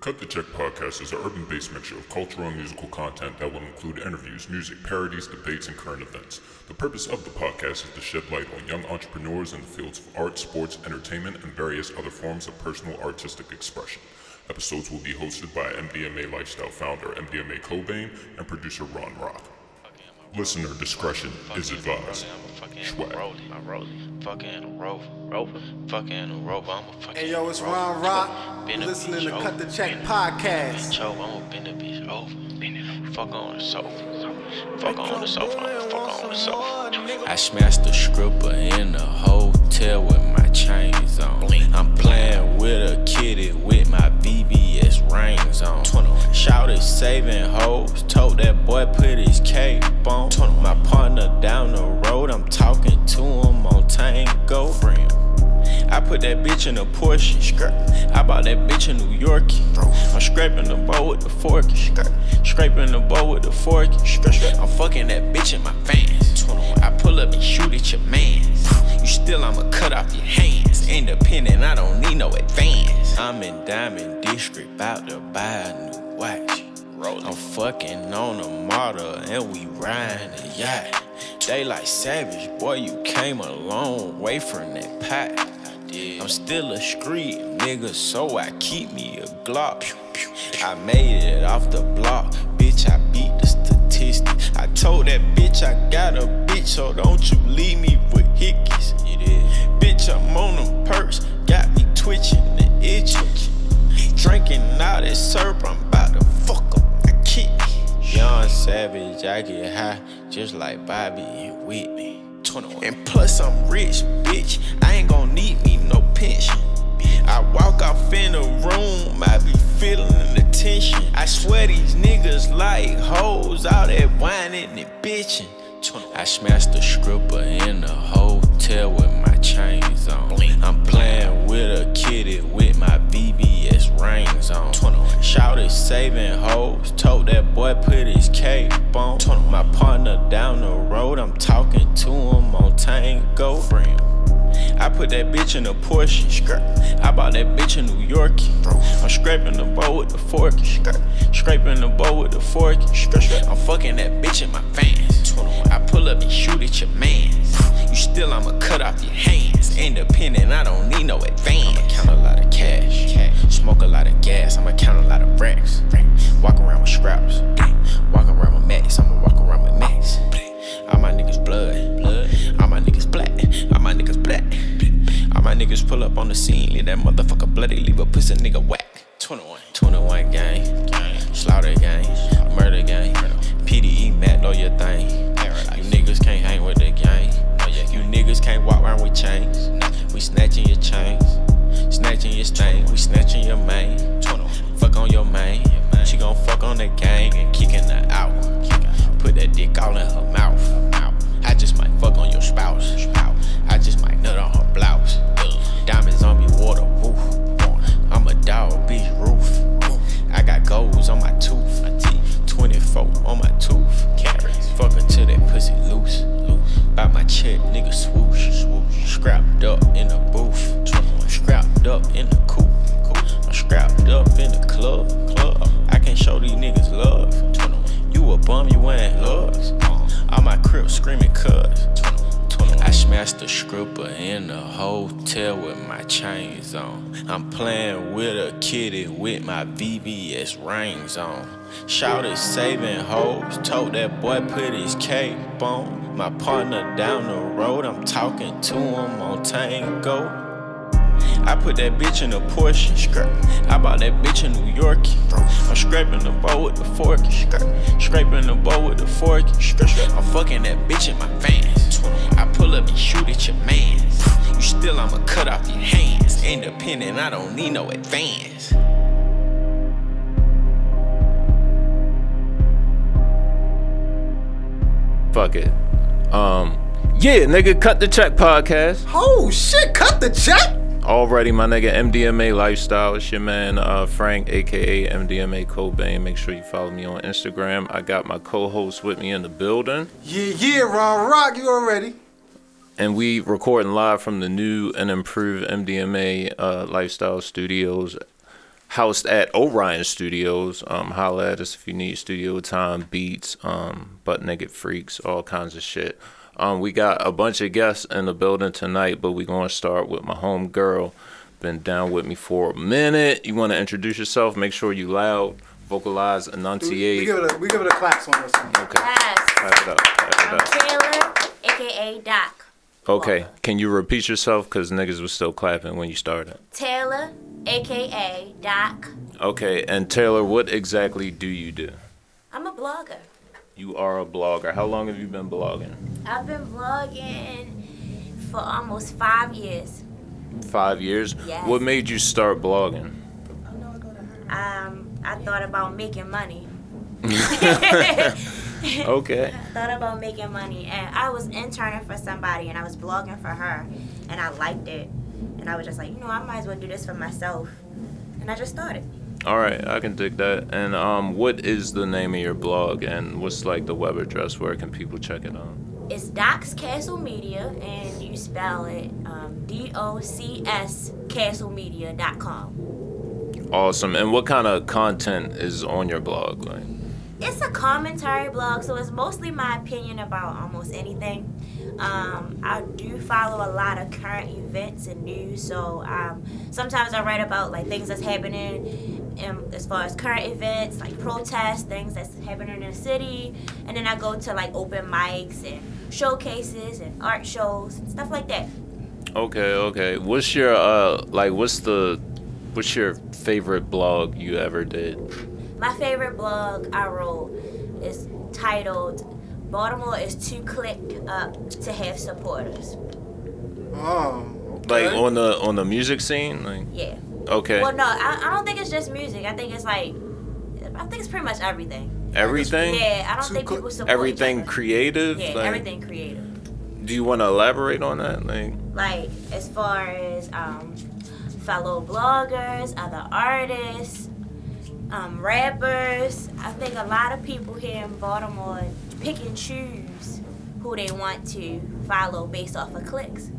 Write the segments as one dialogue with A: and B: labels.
A: Cut the Check podcast is an urban based mixture of cultural and musical content that will include interviews, music, parodies, debates, and current events. The purpose of the podcast is to shed light on young entrepreneurs in the fields of art, sports, entertainment, and various other forms of personal artistic expression. Episodes will be hosted by MDMA Lifestyle founder MDMA Cobain and producer Ron Rock.
B: Fucking am I
A: Listener discretion is
B: fucking am I
A: advised.
B: rolling? I'm a
A: Schwag.
B: fucking rolling. I'm rolling. Fucking a rover. Rover. Fucking a rover. I'm a fucking
C: Hey yo, it's
B: rover.
C: Ron Rock.
B: Been a
C: Listening
B: bitch
C: to Cut
B: over.
C: the Check
B: Been a
C: podcast.
B: bitch over. I'm a bend a bitch over. Fuck on the sofa. Fuck on the sofa. Fuck on the sofa.
D: I smashed a stripper in a hotel with my chains on. I'm playing with a kitty with my BBS rings on. Shouted saving hoes, told that boy put his cape on. My partner down the road, I'm talking to him on Tango. I put that bitch in a Porsche skirt. I bought that bitch in New York. I'm scraping the bowl with the fork skirt. Scraping the bowl with the fork skirt. I'm fucking that bitch in my fans. I pull up and shoot at your mans. You still, I'ma cut off your hands. Independent, I don't need no advance. I'm in Diamond District, about to buy a new watch. I'm fucking on a model and we riding a yacht. They like savage, boy, you came a long way from that pot. I'm still a street nigga, so I keep me a Glock. I made it off the block, bitch, I beat the statistics. I told that bitch I got a bitch, so don't you leave me with hickeys. Bitch, I'm on them perks, got me twitching and itching. Drinking all this syrup, I'm about to fuck up my kidney. Young Savage, I get high just like Bobby and Whitney. 21. And plus, I'm rich, bitch. I ain't gonna need me no pension. I walk off in the room, I be feeling the tension. I swear these niggas like hoes, all that whining and bitching. I smashed a stripper in a hotel with my chains on. I'm playing with a kitty with my BBS rings on. Shouted saving hoes, told that boy put his cape on. My partner down the road, I'm talking to him on Tango. I put that bitch in a Porsche skirt. I bought that bitch in New York. I'm scraping the bowl with the fork skirt. Scraping the bowl with the fork skirt. I'm fucking that bitch in my fans. I pull up and shoot at your mans. You still, I'ma cut off your hands. Independent, I don't need no advance. I'ma count a lot of cash. Smoke a lot of gas. I'ma count a lot of racks. Walk around with scraps. Walk around with max. I'ma walk around with max. All my niggas blood. blood. All my niggas black. All my niggas black. All my niggas pull up on the scene. Leave that motherfucker bloody. Leave a pussy nigga whack. 21. 21 gang. Slaughter gang. Murder gang. PDE Matt, know your thing. You niggas can't hang with the gang. You niggas can't walk around with chains. We snatching your chains. Snatching your stain. We snatching your main. Fuck on your main. She gon' fuck on the gang and kicking her out. Put that dick all in her mouth. I just might fuck on your spouse. I just might nut on her blouse. Diamonds on me, waterproof. I'm a dog, bitch, roof. I got golds on my tooth. 24 on my tooth. Carrots. Fuck until that pussy loose. loose. By my check, nigga swoosh. swoosh. Scrapped up in the booth. 21. Scrapped up in the coop. coop. I'm scrapped up in the club. club. I can show these niggas love. 21. You a bum, you ain't loves. All my crips screaming cuz. 21. I smashed a stripper in a hotel with my chains on. I'm playing with a kitty with my VBS rings on. Shouted saving hoes, told that boy put his cape on. My partner down the road, I'm talking to him on Tango. I put that bitch in a Porsche skirt. I bought that bitch in New York. I'm scraping the bowl with the fork skirt. Scraping the bowl with the fork skirt. I'm fucking that bitch in my fans. I pull up and shoot at your mans. You still, I'ma cut off your hands. Independent, I don't need no advance.
E: Fuck it. Um, yeah, nigga, cut the check podcast.
C: Oh shit, cut the check.
E: Alrighty, my nigga, MDMA lifestyle. It's your man uh, Frank, aka MDMA Cobain. Make sure you follow me on Instagram. I got my co-host with me in the building,
C: Yeah, yeah, Ron Rock, you already.
E: and we recording live from the new and improved MDMA uh, lifestyle studios. housed at Orion Studios. Um, holla at us if you need studio time, beats, um, butt naked freaks, all kinds of shit. Um, we got a bunch of guests in the building tonight, but we're gonna start with my home girl. Been down with me for a minute. You want to introduce yourself? Make sure you loud, vocalize,
C: We, we
E: enunciate.
C: give it a we give it a claps on this one.
E: Okay,
F: Yes.
E: clap it up, clap it
F: I'm
E: up.
F: Taylor, aka Doc.
E: Okay, can you repeat yourself? Cause niggas was still clapping when you started.
F: Taylor, aka Doc.
E: Okay, and Taylor, what exactly do you do?
F: I'm a blogger.
E: You are a blogger. How long have you been blogging?
F: I've been vlogging for almost five years.
E: Five years.
F: Yes.
E: What made you start blogging?
F: Um, I thought about making money.
E: Okay.
F: Thought about making money, and I was interning for somebody, and I was blogging for her, and I liked it, and I was just like, you know, I might as well do this for myself, and I just started.
E: All right, I can dig that. And um, what is the name of your blog? And what's like the web address? Where can people check it out?
F: It's Doc's Castle Media, and you spell it um, D O C S castlemedia.com.
E: Awesome. And what kind of content is on your blog? Like,
F: It's a commentary blog, so it's mostly my opinion about almost anything. Um, I do follow a lot of current events and news, so um, sometimes I write about like things that's happening in, as far as current events, like protests, things that's happening in the city, and then I go to like open mics and showcases and art shows and stuff like that.
E: okay, okay. What's your uh, like, what's the, what's your favorite blog you ever did?
F: My favorite blog I wrote is titled Baltimore is too clicked up to have supporters.
C: Oh,
E: Like
C: okay.
E: on the on the music scene? Like,
F: Yeah.
E: okay,
F: Well, no, I, I don't think it's just music. I think it's like, I think it's pretty much everything.
E: everything.
F: Yeah, I don't
C: Too
F: think
C: cli-
F: people support each
E: Everything
F: other.
E: creative.
F: Yeah,
E: like,
F: everything creative.
E: Do you want to elaborate on that? Like,
F: Like as far as um, fellow bloggers, other artists, um, rappers. I think a lot of people here in Baltimore pick and choose who they want to follow based off of clicks.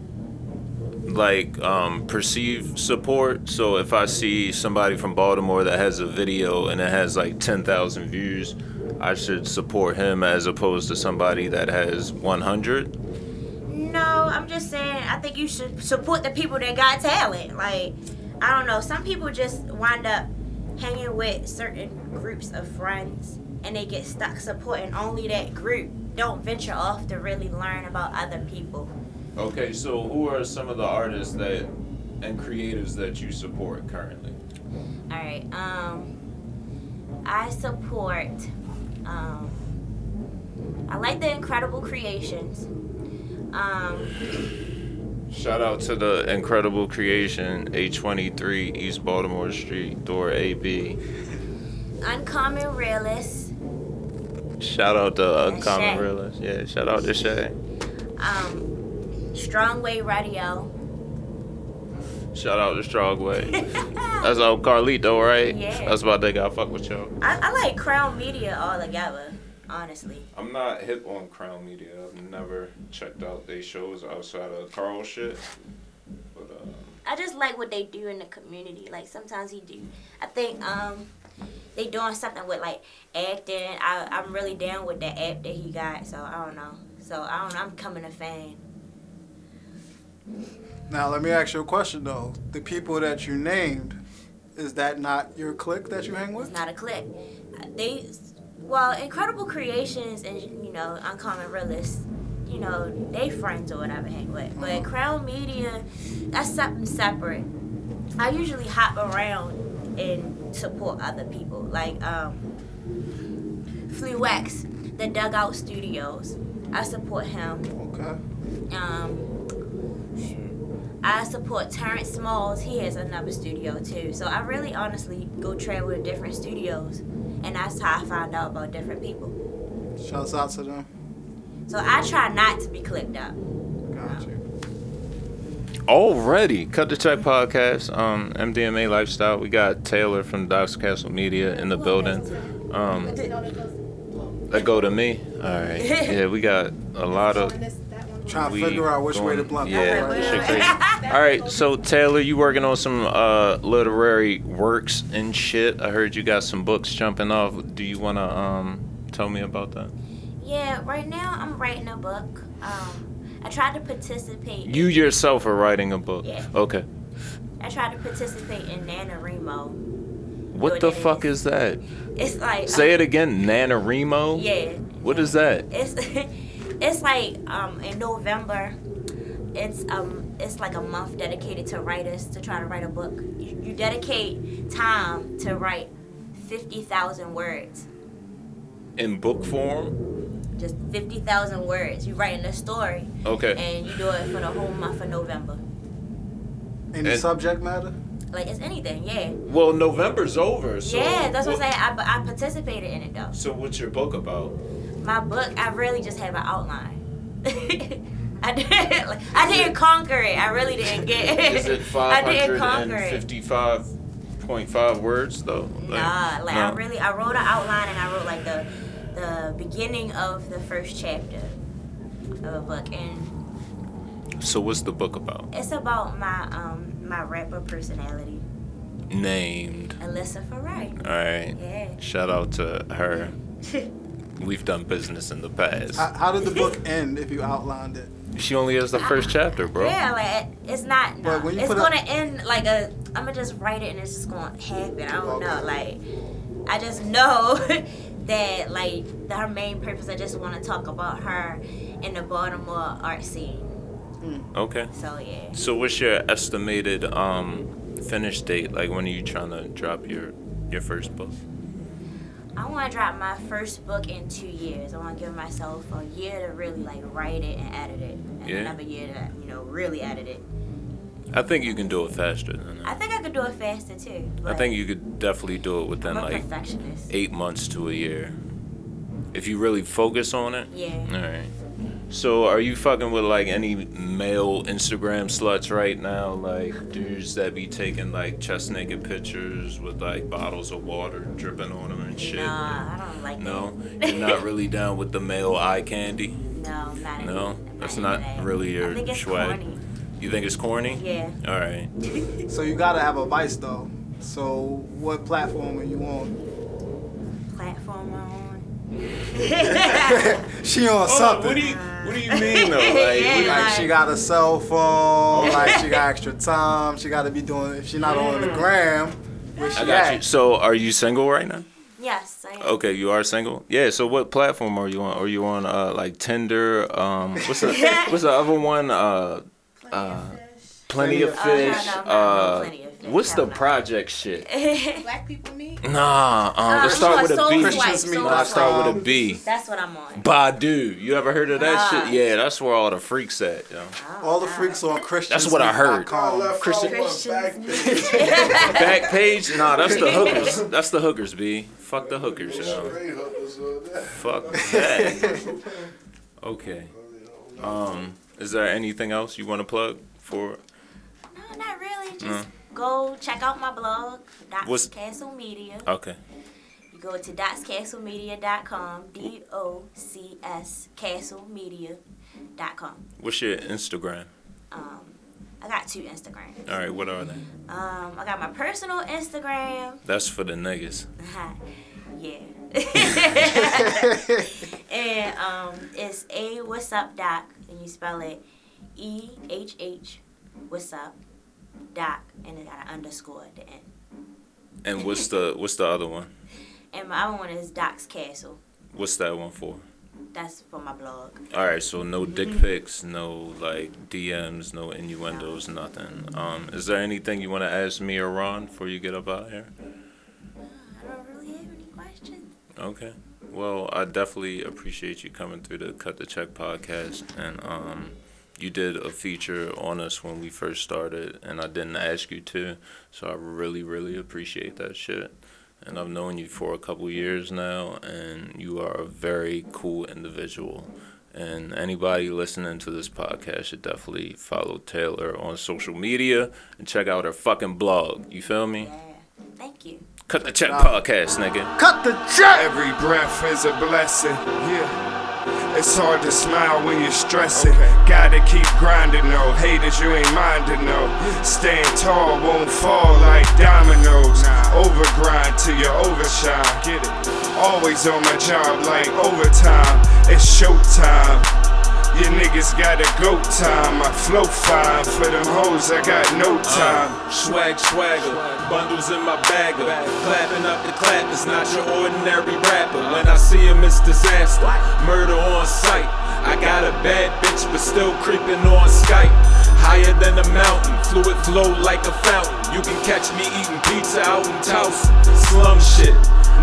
E: like um, perceived support. So if I see somebody from Baltimore that has a video and it has like ten thousand views, I should support him as opposed to somebody that has one hundred.
F: No, I'm just saying. I think you should support the people that got talent. Like, I don't know. Some people just wind up hanging with certain groups of friends, and they get stuck supporting only that group. Don't venture off to really learn about other people.
E: Okay, so who are some of the artists that and creatives that you support currently?
F: All right. Um, I support. Um, I like the Incredible Creations. Um,
E: Shout out to the incredible creation, A23 East Baltimore Street, door AB.
F: Uncommon Realist.
E: Shout out to
F: And
E: Uncommon
F: Shay.
E: Realist. Yeah, shout out to Shay.
F: Um, Strong Way Radio.
E: Shout out to Strongway. That's all Carlito, right?
F: Yeah.
E: That's why they got fuck with y'all.
F: I, I like Crown Media all together, honestly.
E: I'm not hip on Crown Media. I've never checked out their shows outside of Carl shit. But um,
F: I just like what they do in the community. Like sometimes he do. I think um they doing something with like acting. I I'm really down with the app that he got. So I don't know. So I don't. I'm coming a fan.
C: Now let me ask you a question though. The people that you named, is that not your clique that you hang
F: It's
C: with?
F: not a click. They well, incredible creations and you know uncommon realists. You know they friends or whatever hang with. But
C: Mm-hmm.
F: Crown Media, that's something separate. I usually hop around and support other people, like um, Fluex, the Dugout Studios. I support him.
C: Okay.
F: Um, I support Terrence Smalls. He has another studio too. So I really, honestly, go travel to different studios, and that's how I find out about different people.
C: Shouts out to them.
F: So I try not to be clicked up.
C: Got you.
E: Already, Cut the Check podcast, um, MDMA lifestyle. We got Taylor from Doc's Castle Media in the building. Um, that go to me. All right. Yeah, we got a lot of.
G: This, that one.
C: Trying
E: we
C: to figure out which way to
E: going-
C: blunt.
E: Yeah,
C: that
F: Right,
E: shit
F: right,
E: crazy. All right, so Taylor, you working on some uh, literary works and shit. I heard you got some books jumping off. Do you wanna um, tell me about that?
F: Yeah, right now I'm writing a book. Um, I tried to participate.
E: You yourself are writing a book.
F: Yeah.
E: Okay.
F: I tried to participate in NaNoWriMo.
E: What the fuck is that?
F: It's like uh,
E: Say it again, NaNoWriMo?
F: Yeah.
E: What is that?
F: It's it's like um in November. It's um it's like a month dedicated to writers to try to write a book. You, you dedicate time to write fifty thousand words.
E: In book form?
F: Just fifty thousand words. You writing a story
E: Okay.
F: and you do it for the whole month of November.
C: Any
E: And-
C: subject matter?
F: Like it's anything, yeah.
E: Well, November's over. So
F: yeah, that's what I'm saying. I, I participated in it though.
E: So what's your book about?
F: My book, I really just have an outline. I did. Like, I didn't conquer it. I really didn't get it.
E: Is it
F: I didn't conquer it.
E: 555.5 words though?
F: Nah, like I
E: no.
F: really, I wrote an outline and I wrote like the the beginning of the first chapter of a book, and
E: So what's the book about?
F: it's about my um my rapper personality,
E: Named.
F: Alyssa Ferrari.
E: All right.
F: Yeah.
E: Shout out to her. We've done business in the past.
C: How, how did the book end if you outlined it?
E: she only has the first chapter, bro.
F: Yeah, like it- it's not.
C: But
F: Nah,
C: when you
F: it's
C: put
F: gonna
C: out-
F: end like a. I'm gonna just write it and it's just gonna happen. I don't know.
C: Okay.
F: Like I just know that like the, her main purpose. I just want to talk about her in the Baltimore art scene.
E: Okay.
F: So yeah,
E: So what's your estimated um finish date? Like when are you trying to drop your your first book?
F: I want to drop my first book in two years. I want to give myself a year to really like write it and edit it, and
E: Yeah.
F: another year to you know really edit it.
E: I think you can do it faster than that.
F: I think I could do it faster too.
E: I
F: but
E: think you could definitely do it within
F: I'm a
E: like
F: perfectionist.
E: eight months to a year. If you really focus on it.
F: Yeah.
E: All right. So are you fucking with like any male Instagram sluts right now? Like dudes that be taking like chest naked pictures with like bottles of water dripping on them and shit.
F: Nah, I don't like
E: No,
F: that.
E: you're not really down with the male eye candy.
F: No, I'm not.
E: No?
F: into- I'm
E: That's
F: into
E: not
F: that.
E: really your
F: I think it's
E: swag.
F: corny.
E: You think it's corny?
F: Yeah.
E: All right.
C: So you gotta have a vice though. So what platform are you on?
F: Platform um, I'm on.
C: She on something.
E: what do you What do you mean though? Like,
F: Yeah,
E: what-
C: like she got a cell phone, like she got extra time, she gotta be doing if she not on the gram, where she
E: I got you.
C: at?
E: So are you single right now?
F: yes, I am.
E: Okay, you are single. Yeah. So what platform are you on? Are you on uh like Tinder? Um, what's the What's the other one? Uh, uh, Plenty of
F: Oh, no, no,
E: Fish.
F: no, no,
E: Uh,
F: Plenty of Fish.
E: what's the
F: Hell no.
E: project shit?
G: Black people meet.
E: Nah. Um,
F: Uh,
E: let's start
F: sure,
E: with a
F: Soul
E: B.
F: Swipe,
C: Christians meet
F: Soul
E: Let's start with a
C: Um,
E: B.
F: That's what I'm on.
E: Badu. You ever heard of that
F: Ah.
E: shit? Yeah, that's where all the freaks at, yo.
C: All the freaks on Christian.
E: That's what I heard.
F: Christians.
E: Back page? Nah, that's the hookers. That's the hookers, B. Fuck the hookers, yo. Fuck that. Okay. Um, is there anything else you want to plug for?
F: no, not really. Just go check out my blog, Dots
E: Mm-hmm. What's-
F: Castle Media.
E: Okay.
F: You go to dotscastlemedia.com, D O C S castlemedia.com.
E: What's your Instagram?
F: Um, I got two Instagrams.
E: All right, what are they?
F: Um, I got my personal Instagram.
E: That's for the niggas.
F: Hi. Yeah. and um, it's a what's up doc, and you spell it E H H what's up doc, and it got an underscore at the end.
E: And what's the what's the other one?
F: And my other one is Doc's Castle.
E: What's that one for?
F: That's for my blog.
E: All right, so no dick pics, no like DMs, no innuendos, nothing. Um, is there anything you want to ask me or Ron before you get up out here?
F: I don't really have any questions.
E: Okay. Well, I definitely appreciate you coming through the Cut the Check podcast, and um, you did a feature on us when we first started, and I didn't ask you to, so I really, really appreciate that shit. And I've known you for a couple years now, and you are a very cool individual. And anybody listening to this podcast should definitely follow Taylor on social media and check out her fucking blog. You feel me?
F: Yeah. Thank you.
E: Cut the Check podcast, nigga.
C: Cut the check.
H: Every breath is a blessing. Yeah. It's hard to smile when you're stressing. Gotta keep grinding, no haters, you ain't minding, no. Stand tall, won't fall like dominoes. Overgrind till you overshine. Get it? Always on my job like overtime. It's showtime. You niggas got a go time. I flow fine for them hoes. I got no time.
I: Uh, Swag, swagger, bundles in my bagger. Clapping up the clap is not your ordinary rapper. When I see him, it's disaster. Murder on sight. I got a bad bitch, but still creeping on Skype. Higher than a mountain, fluid flow like a fountain. You can catch me eating pizza out in Towson. Slum shit.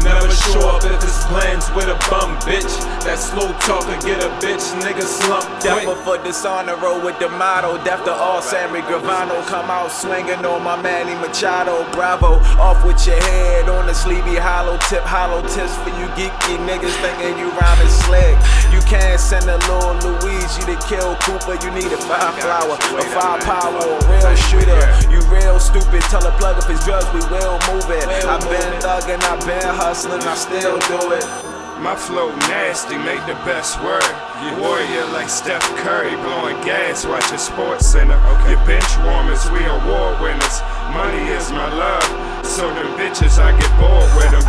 I: Never show up if it's plans with a bum bitch. That slow talker get a bitch, nigga slump quick.
J: Devil for dishonor, roll with the motto. Death to all Sammy Gravano. Come out swinging on my Manny Machado. Bravo, off with your head on the sleepy hollow tip. Hollow tips for you geeky niggas thinking you rhyming slick. You can't send a little Luigi to kill Cooper. You need a five flower, a five power, a real shooter. You real stupid. Tell a plug if it's drugs, we will move it. i been thugging, i been hustling, I still do it.
H: My flow nasty, make the best word. Warrior like Steph Curry, blowing gas, watching Sports Center. Your bench warmers, we award winners. Money is my love, so them bitches I get bored with them.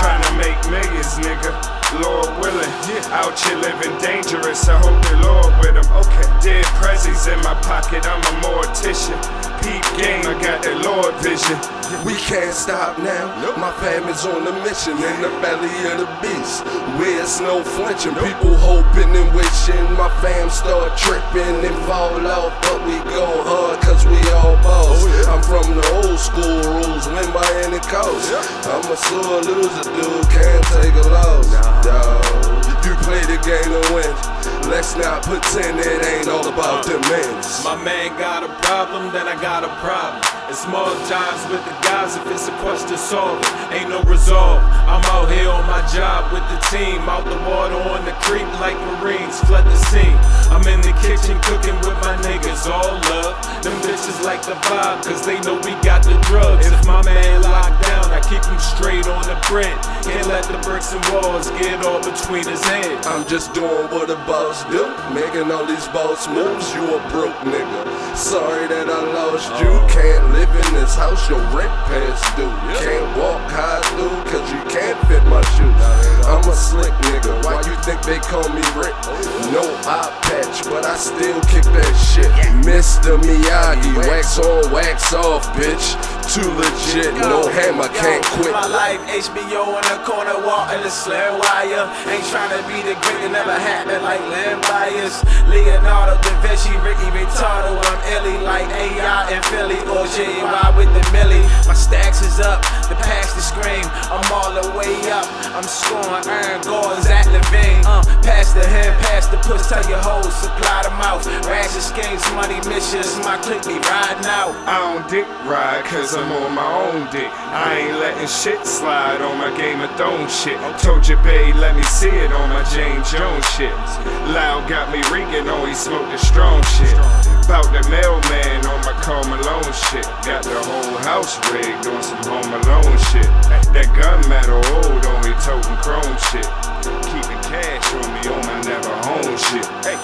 H: Trying to make millions, nigga. Lord willing, out here living dangerous. I hope the Lord with them. Okay, dead prezzies in my pocket, I'm a mortician. Peep game, I got that Lord vision.
K: We can't stop now. My fam is on a mission in the belly of the beast. Where's no flinching? People hoping and wishing. My fam start tripping and fall off, but we go hard cause we all boss. I'm from the old school rules, win by any cost. I'm a sore loser, dude. Can't take a loss. Dawg. You play the game to win. Let's not pretend it ain't all about the men's.
I: My man got a problem, then I got a problem. It's more times with the guys if it's a question solving. Ain't no resolve. I'm out here on my job with the team. Out the water on the creek like Marines. Flood the scene. I'm in the kitchen cooking with my niggas. All love. Them bitches like the vibe, cause they know we got the drugs. If my man locked down, I keep him straight on the print. Can't let the bricks and walls get all between his head.
K: I'm just doing what a boss do, making all these boss moves. You a broke nigga. Sorry that I lost you.
J: Oh.
K: Can't live in this house, your rent past due. Can't walk high through, cause you can't fit my shoes. I'm a slick nigga, why you think they call me Rick?
J: Oh.
K: No eye patch, but I still kick that shit. Mr. Miyagi, wax on, wax off, bitch. Too legit, no hammer, can't quit.
J: My life, HBO in the corner, walking the slam wire. Ain't trying to be the great, it never happened like land bias. Leonardo da Vinci, Ricky Retardo, I'm illy like AI in Philly or JY with the Millie. My stacks is up, the past is scream. I'm all the way up, I'm scoring iron goals at Levine. Uh, pass the hand, pass the push, tell your hoes, supply the mouth. Rags and schemes, money missions, my clique be riding out.
H: I don't dick ride, cause I'm on my own dick. I ain't letting shit slide on my Game of Thrones shit. Told your babe, let me see it on my James Jones shit. Loud got me reeking, always smoke the strong shit. About the mailman on my Carl Malone shit. Got the whole house rigged on some Home Alone shit. That gunmetal old on me, toting chrome shit. Keeping cash on me on my never home shit. Hey.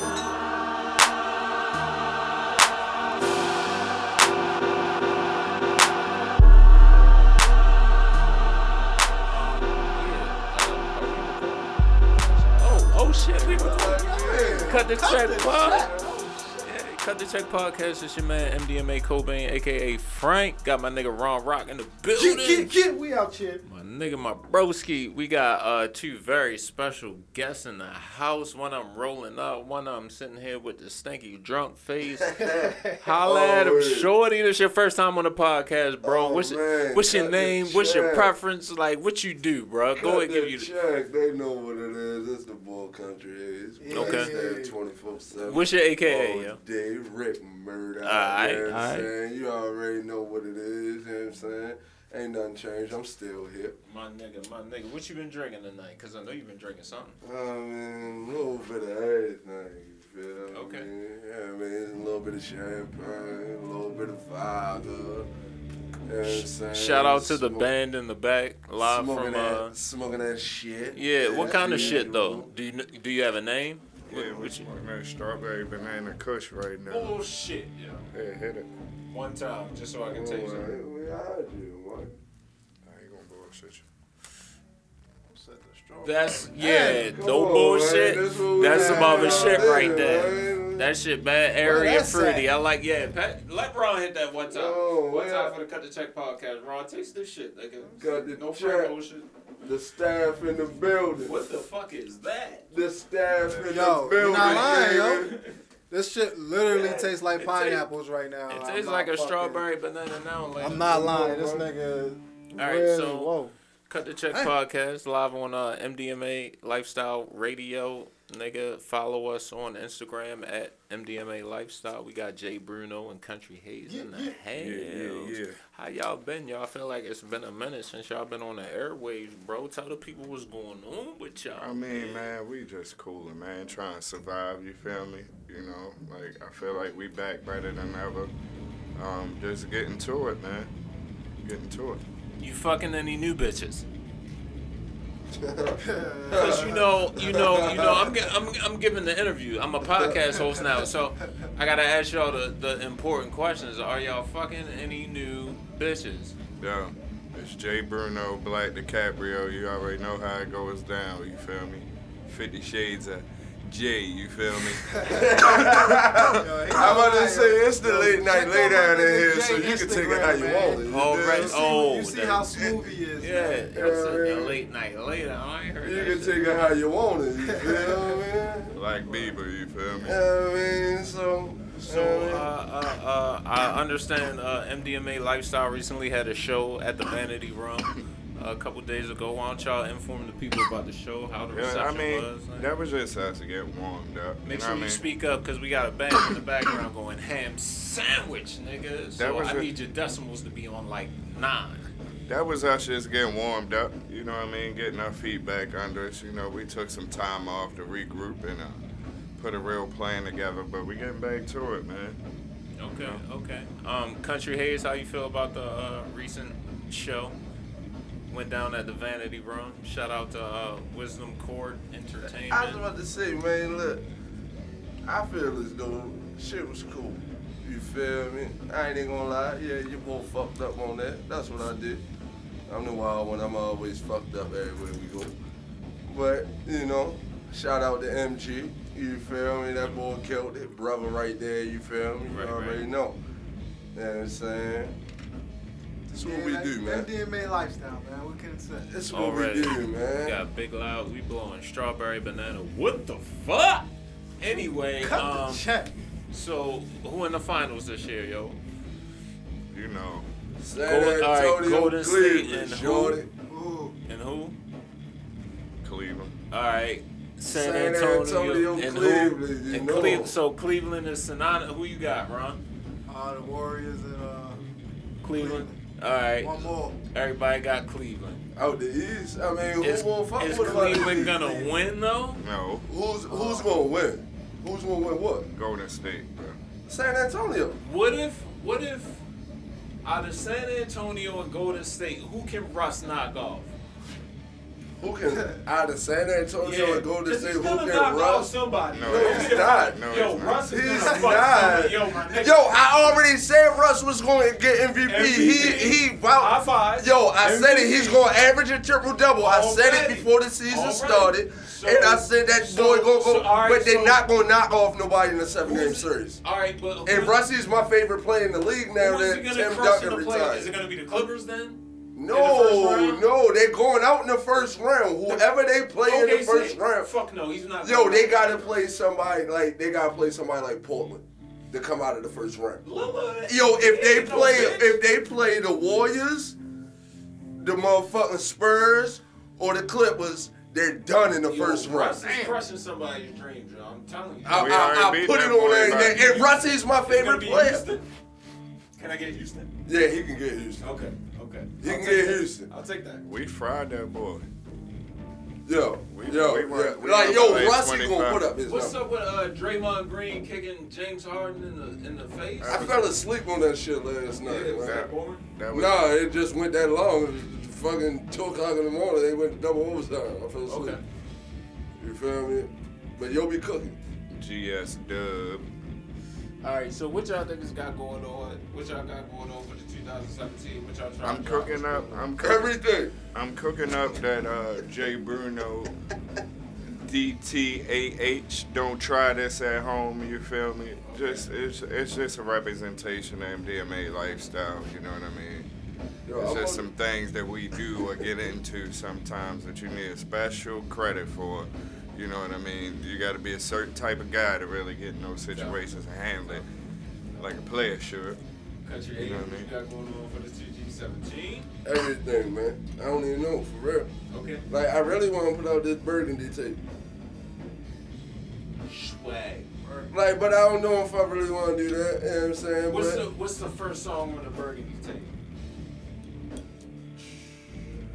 L: Oh, oh shit, we recording. Cut the check, pod. Yeah, Cut the check podcast. It's your man MDMA Cobain, aka Frank. Got my nigga Ron Rock in the building.
C: Get, get, get. We out here.
E: My nigga, my broski. We got uh, two very special guests in the house. One I'm rolling up. One I'm sitting here with the stinky drunk face. Holla at him,
K: Alright.
E: shorty. This your first time on the podcast, bro.
K: Oh,
E: what's
K: man,
E: what's your
K: cut the
E: name? What's your
K: check.
E: preference? Like what you do, bro? Go ahead, give you. The,
K: check. They know what it is. It's the bull country. It's
E: Okay.
K: Twenty four seven.
E: what's your AKA, yo?
K: Day Rip Murder.
E: Alright,
K: you know what I'm
E: alright.
K: saying? You already know what it is. You know what I'm saying? Ain't nothing changed. I'm still here.
E: My nigga, my nigga, what you been drinking tonight? Cause I know you've been drinking something.
K: I mean, a little bit of everything. You feel
E: Okay.
K: Me? Yeah, I mean, it's a little bit of champagne, a little bit of vodka. You know what I'm saying?
E: Shout out to the
K: Smoke-
E: band in the back, live
K: smoking
E: from
K: that,
E: uh,
K: smoking that shit.
E: yeah. What kind of
K: yeah,
E: shit
K: you
E: though?
K: know.
E: Do you kn- do you have a name?
G: Yeah, we smoking that strawberry banana kush right now.
M: Oh shit, yeah.
G: Yeah, hit it.
M: One time, just so I can taste it.
K: We heard you, man.
G: I ain't gonna bullshit you. Set the straw.
E: That's yeah,
K: come
E: no
K: on,
E: bullshit.
K: man, that's what we
E: That's
K: had
E: some other
K: out
E: shit
K: there,
E: right there.
K: man.
E: That shit bad, airy and
C: that's
E: fruity.
C: that.
E: I like yeah. Pat, let Ron hit that one time.
K: Yo, Oh,
E: one
K: man.
E: time for the cut the check podcast. Ron, taste this shit, nigga.
K: Cut the
E: no
K: check.
E: Frank Ocean.
K: The staff in the building.
E: What the fuck is that?
K: The staff in
C: Yo,
K: the building.
C: you're not lying,
K: baby.
C: yo. This shit literally tastes like
E: It
C: pineapples right now. I'm
E: It tastes
C: not
E: like a
C: fucking-
E: strawberry banana now. Later.
C: I'm not lying. This nigga.
E: All right,
C: really,
E: so-
C: whoa.
E: Cut the Check podcast live on uh, MDMA Lifestyle Radio. Nigga, follow us on Instagram at MDMA Lifestyle. We got Jay Bruno and Country Hayes in the house.
G: yeah, yeah.
E: How y'all been? Y'all feel like it's been a minute since y'all been on the airwaves, bro. Tell the people what's going on with y'all.
G: I mean, man, we just cooling, man, trying to survive. You feel me? You know, like I feel like we back better than ever. Um, just getting to it, man. Getting to it.
E: You fucking any new bitches? Cause you know, you know, you know, I'm, gi- I'm, I'm giving the interview. I'm a podcast host now, so I gotta ask y'all the, the important questions. Are y'all fucking any new bitches?
G: Yeah. It's Jay Bruno, Black DiCaprio. You already know how it goes down. You feel me? Fifty Shades of Jay. You feel me? I'm about to say it's the late night lay down in here, so you can take it how you want it.
E: Oh, right. Oh,
C: you see
E: that-
C: how smooth he is.
E: Yeah,
C: man.
E: it's a, a late night later. I ain't heard
K: You
E: that
K: can
E: shit.
K: take it how you want it. You feel me?
G: Like Bieber. You feel me?
K: You know what I mean? So,
E: So uh, uh, uh, I understand uh, MDMA Lifestyle recently had a show at the Vanity Room a couple days ago. Why don't y'all inform the people about the show, how the
G: Yeah,
E: reception
G: I mean,
E: was? like-
G: that was just us to get warmed up. you
E: Make
G: know
E: sure
G: what I
E: you
G: mean?
E: speak up because we got a bang in the background going ham sandwich, nigga. So
G: That was
E: I
G: a-
E: need your decimals to be on like nine.
G: That was us just getting warmed up, you know what I mean, getting our feet back under us. You know, we took some time off to regroup and uh, put a real plan together, but we getting back to it, man.
E: Okay, okay. Um, Country Hayes, how you feel about the uh, recent show? Went down at the Vanity Room. Shout out to uh, Wisdom Court Entertainment.
K: I was about to say, man, look, I feel as though shit was cool. You feel me? I ain't even gonna lie. Yeah, you both fucked up on that. That's what I did. I'm the wild one. I'm always fucked up everywhere we go. But, you know, shout out to MG. You feel me? That boy killed it. Brother right there. You feel me? You
E: Right, right.
K: already know. You know what I'm saying? That's what we
C: Yeah,
K: do, man.
C: that MDMA lifestyle, man. What can it say?
K: That's what
E: Already,
K: we do, man.
E: We got Big Loud. We blowing strawberry banana. What the fuck? Anyway,
C: Cut
E: um,
C: the check.
E: so who in the finals this year, yo?
G: You know,
K: San
E: Golden- all right,
K: Antonio,
E: Golden State
K: Cleveland,
E: and who?
K: shorty.
C: Ooh,
E: And who?
G: Cleveland.
E: All right. San,
K: San Antonio,
E: Antonio, and
K: Cleveland,
E: Who,
K: you
E: and
K: know.
E: Cleve- so Cleveland is synonymous. Who you got, Ron?
C: uh, the Warriors and uh,
E: Cleveland.
C: Cleveland.
E: All right.
C: one more.
E: Everybody got Cleveland.
K: Out the East. I mean,
E: Is,
K: who won't fuck
E: is
K: with them out the
E: Cleveland
K: East?
E: gonna win though?
G: No,
K: Who's who's gonna win? Who's gonna win what?
G: Golden State, bro.
K: San Antonio.
E: What if? What if? Out of San Antonio and Golden State, who can Russ knock off?
K: Who can out of San Antonio and Golden
E: Cause
K: State?
E: he's
K: Who
E: gonna
K: can
E: knock off
K: rush?
E: somebody.
G: No,
E: Yo,
G: he's
E: yo,
K: not.
G: No,
E: yo,
G: he's not.
E: Russ is
K: He's
E: gonna fuck
K: not.
E: somebody. Yo, my nigga.
K: Yo, I already said Russ was going to get MVP.
E: MVP.
K: He he.
E: High five.
K: Yo, I said it.
E: MVP.
K: He's going to average a triple double. I said it
E: Already.
K: before the season
E: Already.
K: started,
E: So-
K: and I said that
E: so-
K: boy going to
E: so,
K: go.
E: all right,
K: but they're
E: so-
K: not going to knock off nobody in the seven game series.
E: All right, but
K: And
E: who-
K: Russie's my favorite player in the league now
E: who is he
K: that
E: gonna
K: Tim
E: crush in
K: Duncan
E: the play? Is
K: retired.
E: it gonna be the Clippers then? in the first
K: No,
E: round?
K: no, they're going out in the first round. Whoever they play in the
E: OKC?
K: first round,
E: Fuck no, he's not.
K: yo,
E: going
K: they
E: out.
K: gotta play somebody like they gotta play somebody like Portland to come out of the first round.
E: Lillard.
K: Yo, if
E: Ain't
K: they
E: no
K: play,
E: bitch.
K: if they play the Warriors, the motherfucking Spurs, or the Clippers, they're done in the
E: Yo,
K: first
E: Russ
K: round.
E: is crushing somebody's dreams, yo. I'm telling you.
K: I, I,
G: We already
K: I
G: beat
K: put
G: that
K: it on
G: boy,
K: everything.
G: bro.
K: And Russie's my
E: It's gonna
K: favorite
E: be
K: player.
E: Houston. Can I get Houston?
K: Yeah, he can get Houston.
E: Okay, okay.
K: He
E: I'll
K: can
E: take
K: get
E: that.
K: Houston.
E: I'll take that.
G: We fried that boy.
K: Yo,
G: We-
K: yo,
G: we were-
K: yeah.
G: we
K: like
G: were
K: yo,
G: playing
K: Russie gonna
G: 25.
K: put up his
E: What's
K: number.
E: up with uh, Draymond Green kicking James Harden in the in the face?
K: I fell asleep on that shit last night.
E: Yeah, was
K: man.
E: that boring?
G: That was
K: Nah, it just went that long. It was Fucking two o'clock in the morning, they went to double overtime. I fell asleep.
E: Okay.
K: You feel me? But yo be cooking.
G: GS Dub.
E: All right, so what y'all niggas got going on? What y'all got going on for the 2017? What y'all trying
G: I'm
E: to
G: cooking up. I'm cooking.
K: Everything.
G: I'm cooking up that uh, J Bruno DTAH. Don't try this at home. You feel me? Just it's it's just a representation of MDMA lifestyle. You know what I mean?
K: Yo,
G: It's
K: I'm
G: just
K: on-
G: some things that we do or get into sometimes that you need special credit for. You know what I mean? You got to be a certain type of guy to really get in those situations and handle it like a player should.
E: Country
G: You
E: A,
G: know what
E: what
G: I
E: you
G: mean?
E: got going on for the 2G17?
K: everything, man. I don't even know for real.
E: Okay.
K: Like I really want to put out this burgundy tape.
E: Swag.
K: Like, but I don't know if I really want to do that. You know what I'm saying? but
E: What's the What's the first song on the Burgundy tape?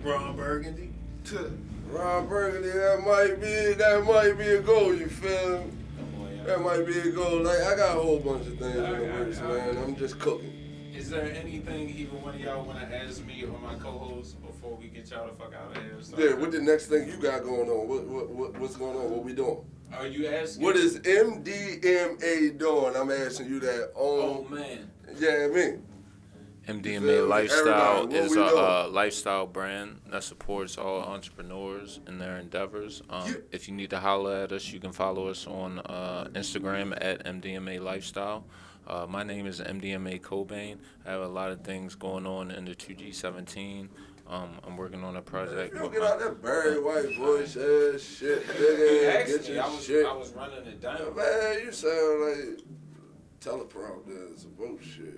E: Ron Burgundy.
K: Ron Burgundy, that might be that might be a goal. You feel me? That might be a goal. Like I got a whole bunch of things in the works, man. I'm just cooking.
E: Is there anything either one of y'all want to ask me or my co-host before we get y'all the fuck out of here? So-
K: Yeah. What the next thing you got going on? What what, what what's going on? What we doing?
E: Are you asking?
K: What is MDMA doing? I'm asking you that
E: Oh
K: on.
E: man.
K: Yeah, I mean.
N: MDMA
K: Everybody,
N: Lifestyle
K: what
N: is
K: we
N: a,
K: doing?
N: uh lifestyle brand that supports all entrepreneurs in their endeavors. Um,
K: You-
N: If you need to holler at us, you can follow us on uh, Instagram at MDMA Lifestyle. Uh, my name is MDMA Cobain. I have a lot of things going on in the 2G17. Um, I'm working on a
K: If
N: project.
K: you don't
N: with
K: get
N: my-
K: out that Barry White voice ass shit,
E: You
K: nigga,
E: asked
K: get
E: me. I
K: your
E: was
K: shit.
E: I was running it down.
K: Man, you sound like teleprompter and some bullshit.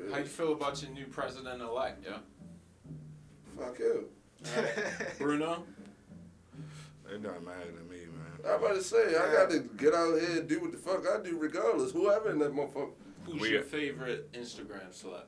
E: How you
K: Man.
E: feel about your new president elect, yo?
K: Fuck him.
E: Bruno?
G: It don't matter to me, man.
K: I about to say, I got to get out here and do what the fuck I do regardless. Whoever in that motherfucker.
E: Who's
G: We-
E: your favorite Instagram celeb?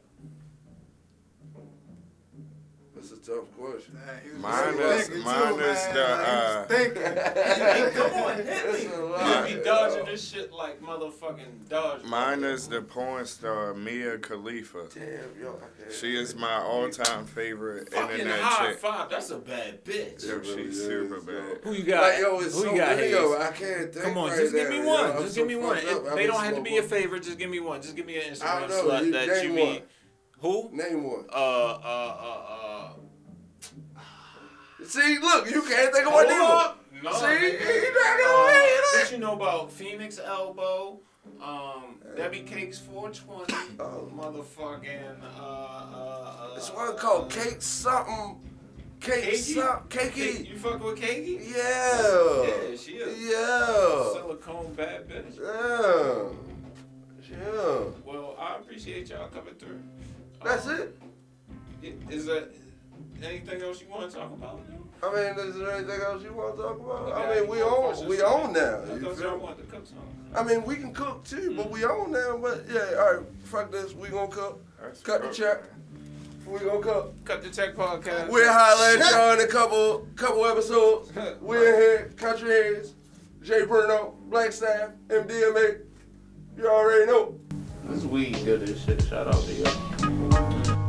K: That's a tough question.
G: Mine is- mine is the, uh,
E: Come on,
K: That's a lot.
E: You be dodging this shit like motherfucking dodge.
G: Mine is the porn star Mia Khalifa.
K: Damn, yo, I can't.
G: She is my all-time favorite
E: Fucking high
G: internet chick.
E: five. That's a bad bitch.
K: It really
G: She's
K: is,
G: super
K: yo.
G: bad.
E: Who you
K: Like, yo, it's
E: Who
K: so
E: you got,
K: many, yo,
E: Hayes?
K: I can't think
E: Come on,
K: right
E: just give
K: now,
E: me
K: yo.
E: one.
K: I'm
E: Just
K: so
E: give me one.
K: fucked up.
E: It-
K: I've
E: they
K: been
E: don't have to
K: smoking.
E: be a favorite. Just give me one. Just give me an
K: I
E: Instagram
K: don't know.
E: slut
K: You,
E: that you
K: name one.
E: be. Who?
K: Name one.
E: Uh, uh, uh, uh.
K: See, look, you can't think of one
E: Hold
K: either.
E: up. Oh, No.
K: See,
E: nigga.
K: he not
E: Uh,
K: gonna win.
E: What you know about Phoenix Elbow, um, Debbie Cakes 420,
K: Oh.
E: motherfucking, uh, uh, uh,
K: It's one called Cake Something. Cake
E: Cakey?
K: Something.
E: Cake-
K: Cakey.
E: You fuck with Cakey?
K: Yeah.
E: Yeah, she is.
K: Yeah.
E: Silicone bad bitch.
K: Yeah. Yeah.
E: Well, I appreciate y'all coming through.
K: That's
E: Um,
K: it.
E: i- Is there anything else you want to talk about? Now?
K: I mean, is there anything else you want to talk about?
E: Okay,
K: I mean, we
E: more
K: own,
E: questions
K: we
E: for me.
K: own now.
E: I
K: You
E: thought y'all
K: feel me?
E: wanted to Mm. cook something.
K: I mean, we can cook too, but we own now. But yeah, all right, fuck this. We gonna cook.
G: That's
K: Cut the
G: cooked,
K: check. We gonna cook.
E: Cut the Tech Podcast.
K: We'll holler at y'all in a couple couple episodes. We in here, Country Heads, Jay Bruno, Black Staff, MDMA. You already know.
E: This weed good as shit. Shout out to y'all.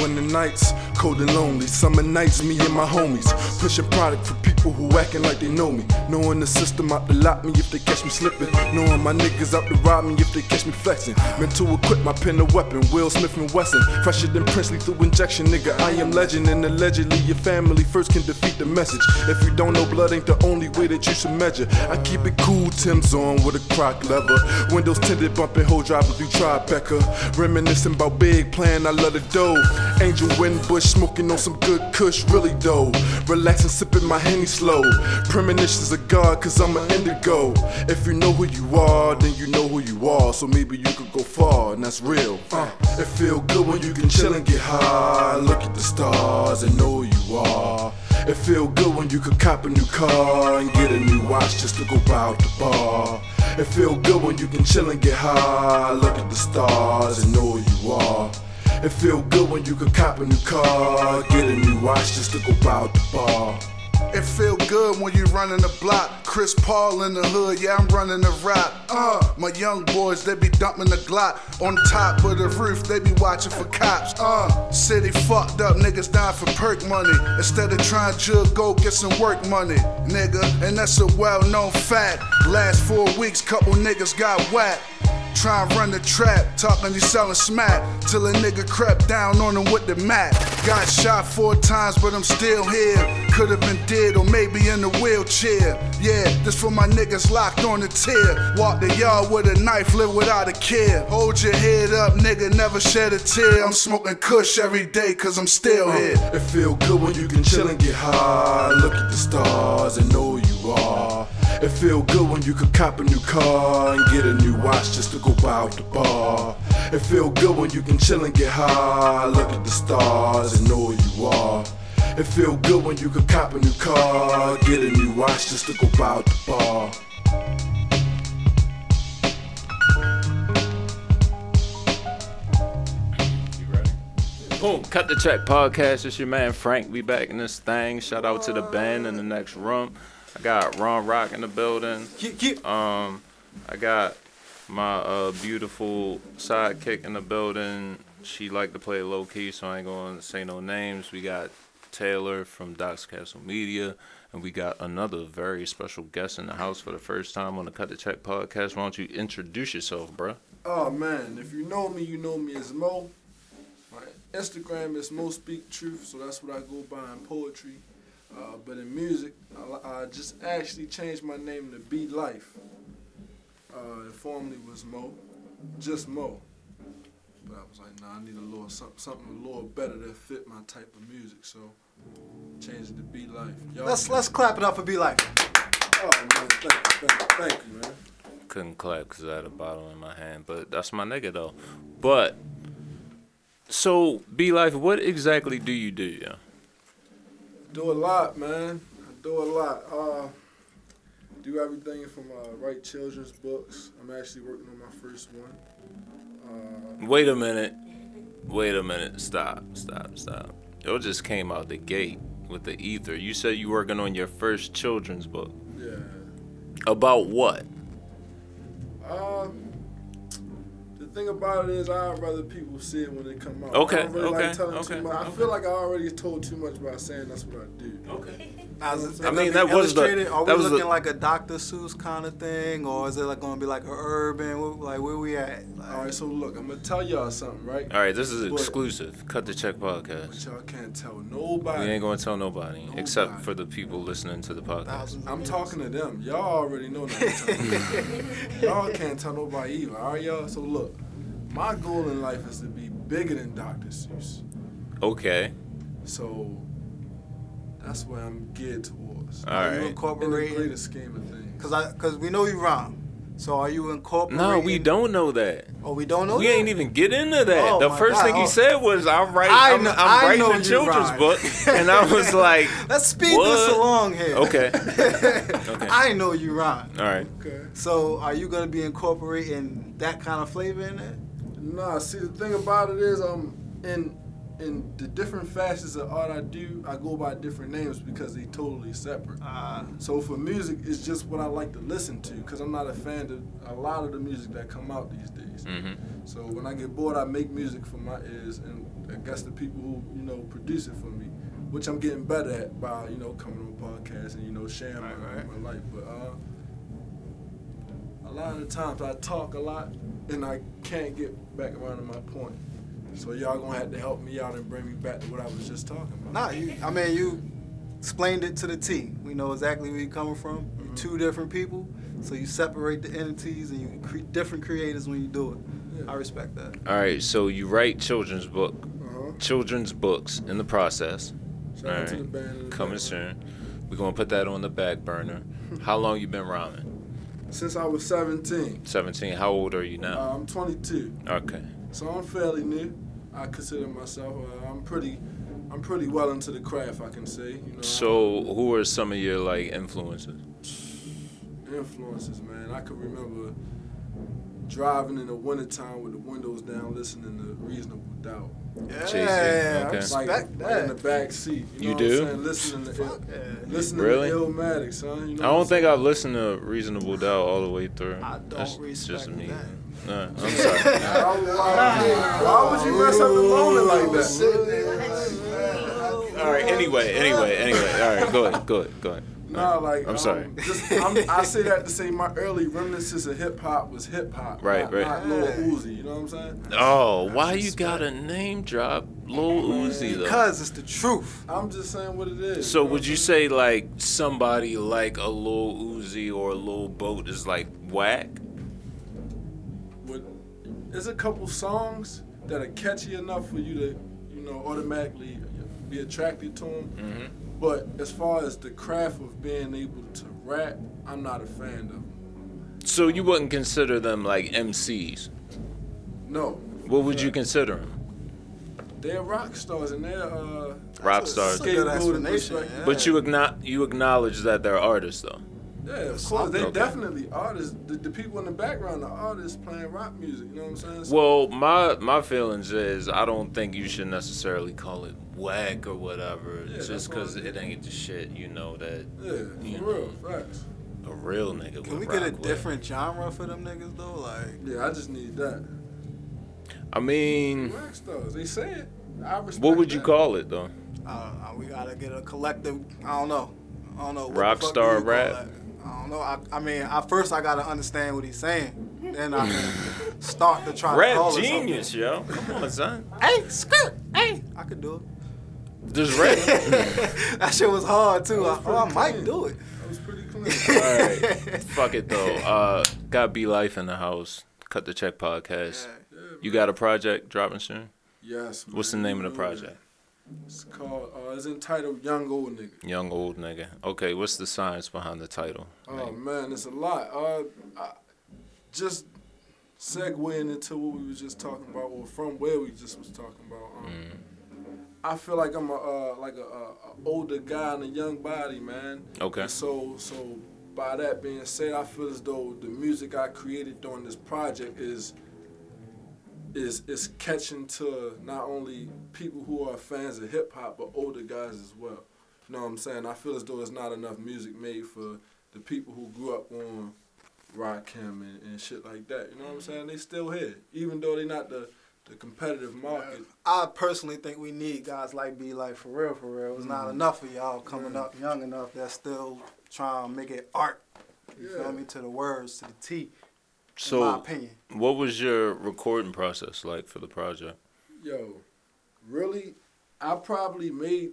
O: When the nights cold and lonely, summer nights, me and my homies pushing product for people who acting like they know me. Knowing the system out to lock me if they catch me slipping. Knowing my niggas out to rob me if they catch me flexing. Meant to equip my pen a weapon, Will Smith and Wesson. Fresher than Princely through injection, nigga. I am legend, and allegedly your family first can defeat the message. If you don't know, blood ain't the only way that you should measure. I keep it cool, Tim's on with a crock lever. Windows tinted, bumping whole driver through Tribeca. Reminiscing about big plan, I love the dough. Angel Winbush smoking on some good kush, really dough. Relaxing, sipping my henny slow. Premonitions of God, cause I'm an indigo. If you know who you are, then you know who you are. So maybe you could go far, and that's real. Uh, it feel good when you can chill and get high. Look at the stars and know who you are. It feel good when you could cop a new car and get a new watch just to go buy out the bar. It feel good when you can chill and get high. Look at the stars and know who you are. It feel good when you could cop a new car, get a new watch just to go buy out the bar.
P: It feel good when you running the block. Chris Paul in the hood, yeah, I'm running the rap. Uh, my young boys, they be dumping the Glock on top of the roof. They be watching for cops. Uh, city fucked up, niggas dying for perk money. Instead of trying to go get some work money, nigga. And that's a well-known fact. Last four weeks, couple niggas got whacked. Try and run the trap, talking you selling smack. Till a nigga crept down on him with the mat. Got shot four times, but I'm still here. Could've been dead or maybe in a wheelchair. Yeah, this for my niggas locked on the tier. Walk the yard with a knife, live without a care. Hold your head up, nigga, never shed a tear. I'm smoking kush every day, cause I'm still here.
Q: It feel good when you can chill and get high. Look at the stars and know you are. It feel good when you can cop a new car and get a new watch just to go buy out the bar. It feel good when you can chill and get high. Look at the stars and know you are. It feel good when you can cop a new car, get a new watch just to go buy out the bar.
R: Boom, cut the check podcast. It's your man Frank. We back in this thing. Shout out to the band in the next room. I got Ron Rock in the building. Um, I got my uh, beautiful sidekick in the building. She like to play low key, so I ain't gonna say no names. We got Taylor from Docs Castle Media, and we got another very special guest in the house for the first time on the Cut the Check podcast. Why don't you introduce yourself, bruh?
O: Oh man, if you know me, you know me as Mo. My Instagram is Mo Speak Truth, so that's what I go by in poetry. Uh, but in music, I, I just actually changed my name to Be Life. Uh, it formerly was Mo, just Mo. But I was like, nah, I need a little something, something a little better that fit my type of music, so changed it to Be Life. Y'all
C: Let's let's clap it up for Be Life.
O: Oh man, thank you, thank you, thank you, man.
E: Couldn't clap because I had a bottle in my hand, but that's my nigga though. But so, B Life, what exactly do you do? Yeah.
O: Do a lot, man. I do a lot. Uh, do everything from uh, write children's books. I'm actually working on my first one. Uh,
E: Wait a minute. Wait a minute. Stop. Stop. Stop. Yo just came out the gate with the ether. You said you working on your first children's book.
O: yeah.
E: About what?
O: Uh, the thing about it is, I'd rather people see it when they come out.
E: Okay,
O: I don't really
E: okay,
O: like telling
E: okay,
O: Too much. I feel like I already told too much by saying that's what I do. Okay.
C: Is it gonna be illustrated? Are we looking like a Dr. Seuss kind of thing, or is it like gonna be like urban? Wh- Like where we at?
O: All right, so look, I'm gonna tell y'all something, right?
E: All right, this is
O: But
E: exclusive. Cut the check podcast.
O: Y'all can't tell
E: We
O: nobody.
E: ain't gonna tell nobody, except for the people listening to the podcast.
O: I'm talking to them. Y'all already know that. y'all can't tell nobody either. All right, y'all. So look, my goal in life is to be bigger than Dr. Seuss.
E: Okay.
O: So that's what I'm geared towards.
E: All Are you right.
O: incorporating the greater scheme of things.
C: Cause I cause we know you rhyme. So are you incorporating?
E: No, we don't know that.
C: Oh, we don't know
E: We ain't even get into that.
C: Oh,
E: the
C: my
E: first
C: God.
E: thing he
C: Oh.
E: said was, "I'm writing,
C: I
E: I'm,
C: kn-
E: I'm
C: I know
E: writing
C: you
E: a children's
C: rhyme.
E: book," and I was like,
C: Let's speed
E: "What?"
C: this along here.
E: Okay.
C: I know you rhyme.
E: All right.
C: So are you gonna be incorporating that kind of flavor in it?
O: Nah, see the thing about it is um in in the different facets of art I do, I go by different names because they totally separate. so for music, it's just what I like to listen to because I'm not a fan of a lot of the music that come out these days. So when I get bored, I make music for my ears and I guess the people who you know produce it for me, which I'm getting better at by you know coming on podcasts and you know sharing my, my life. But uh, a lot of the times I talk a lot and I can't get back around to my point. So y'all gonna have to help me out and bring me back to what I was just talking about.
C: Nah, you, I mean you explained it to the T. We know exactly where you're coming from. You're
O: Mm-hmm.
C: two different people, so you separate the entities and you create different creators when you do it. I respect that.
E: All right, so you write children's book,
C: Uh-huh.
E: children's books in the process.
O: Shout out to the band in the
E: coming soon. We're gonna put that on the back burner. How long you been rhyming?
O: Since I was 17,
E: Seventeen. How old are you
O: uh,
E: now?
O: I'm 22,
C: Uh,
E: Okay.
O: so I'm fairly new. I consider myself uh, I'm pretty, I'm pretty well into the craft. I can say,
C: uh,
O: you know,
E: So who are some of your like influences?
O: influences, man. I could remember driving in the wintertime with the windows down, listening to Reasonable Doubt.
C: Yeah, okay.
O: Like,
C: respect
O: like
C: that.
O: in the back seat. You,
E: You
O: know
E: do?
O: What I'm saying? Listening to, it, listening
E: Really?
O: to Illmatic, son. You
E: I
O: know
E: don't think I've listened to Reasonable Doubt all the way through. I don't That's just me. Nah, I'm sorry.
O: Why would you mess up the moment like that?
E: All right. Anyway, anyway, anyway. All right. Go ahead. Go ahead. Go ahead.
O: No, like um,
E: I'm sorry.
O: Just, I'm, I say that to say my early reminiscence of hip hop was hip hop,
E: Right,
O: not,
E: right.
O: Not Lil Uzi, you know what I'm saying?
E: Oh, why you got a name drop, Lil Uzi? Though?
O: it's the truth. I'm just saying what it is.
E: So would you say like somebody like a Lil Uzi or a Lil Boat is like whack?
O: With, there's a couple songs that are catchy enough for you to, you know, automatically be attracted to them.
E: Mm-hmm.
O: But as far as the craft of being able to rap, I'm not a fan of.
E: So you wouldn't consider them like MCs?
O: No,
E: What would you consider them?
O: they're rock stars and they're uh,
E: Rock stars.
O: skateboarding perspective.
E: But you agno- you acknowledge that they're artists though.
O: Yeah, of course. They
E: Okay.
O: definitely artists. The, the people in the background are artists playing rock music. You know what I'm saying? So-
E: Well, my my feelings is I don't think you should necessarily call it whack or whatever,
O: Yeah,
E: just 'cause
O: that's
E: just because it ain't the shit you know that
O: yeah, for real, facts.
E: a real nigga.
C: Can
E: would
C: we get a
E: rock with.
C: different genre for them niggas though? Like,
O: yeah, I just need that.
E: I mean,
O: Rock stars. They say it. I respect
E: what would you
O: that.
E: call it though?
C: uh, we gotta get a collective. I don't know. I don't know. what the
E: Rock
C: fuck
E: star
C: do you call
E: rap?
C: that? I don't know. I, I mean, I first I gotta understand what he's saying, then I can start to try to call
E: Rap
C: it something.
E: genius, yo. Come on, son.
C: Hey, scoot. Hey, I could do it.
E: Just rap.
C: That shit was hard too. I, oh, I might do it.
E: All right. Fuck it though. Uh, got B Life in the house. Cut the check podcast. you got a project dropping soon?
O: Yes,
E: What's the
O: man.
E: name of the project?
O: It's called. Uh, it's entitled Young Old Nigga.
E: Young old nigga. Okay, what's the science behind the title?
O: Oh man, it's a lot. Uh, I, just segueing into what we were just talking about, or from where we just was talking about. Um, I feel like I'm a uh, like a, a, a older guy in a young body, man.
E: Okay.
O: And so so by that being said, I feel as though the music I created during this project is is is catching to not only people who are fans of hip hop but older guys as well. You know what I'm saying? I feel as though there's not enough music made for the people who grew up on Rakim and, and shit like that. You know what I'm saying? They still here, even though they're not the, the competitive market.
C: I personally think we need guys like B Life for real, for real. It's not
O: Mhm.
C: enough of y'all coming up young enough that's still trying to make it art. You
O: Yeah.
C: feel me? To the words, to the T.
E: So,
C: my opinion.
E: what was your recording process like for the project?
O: Yo, really, I probably made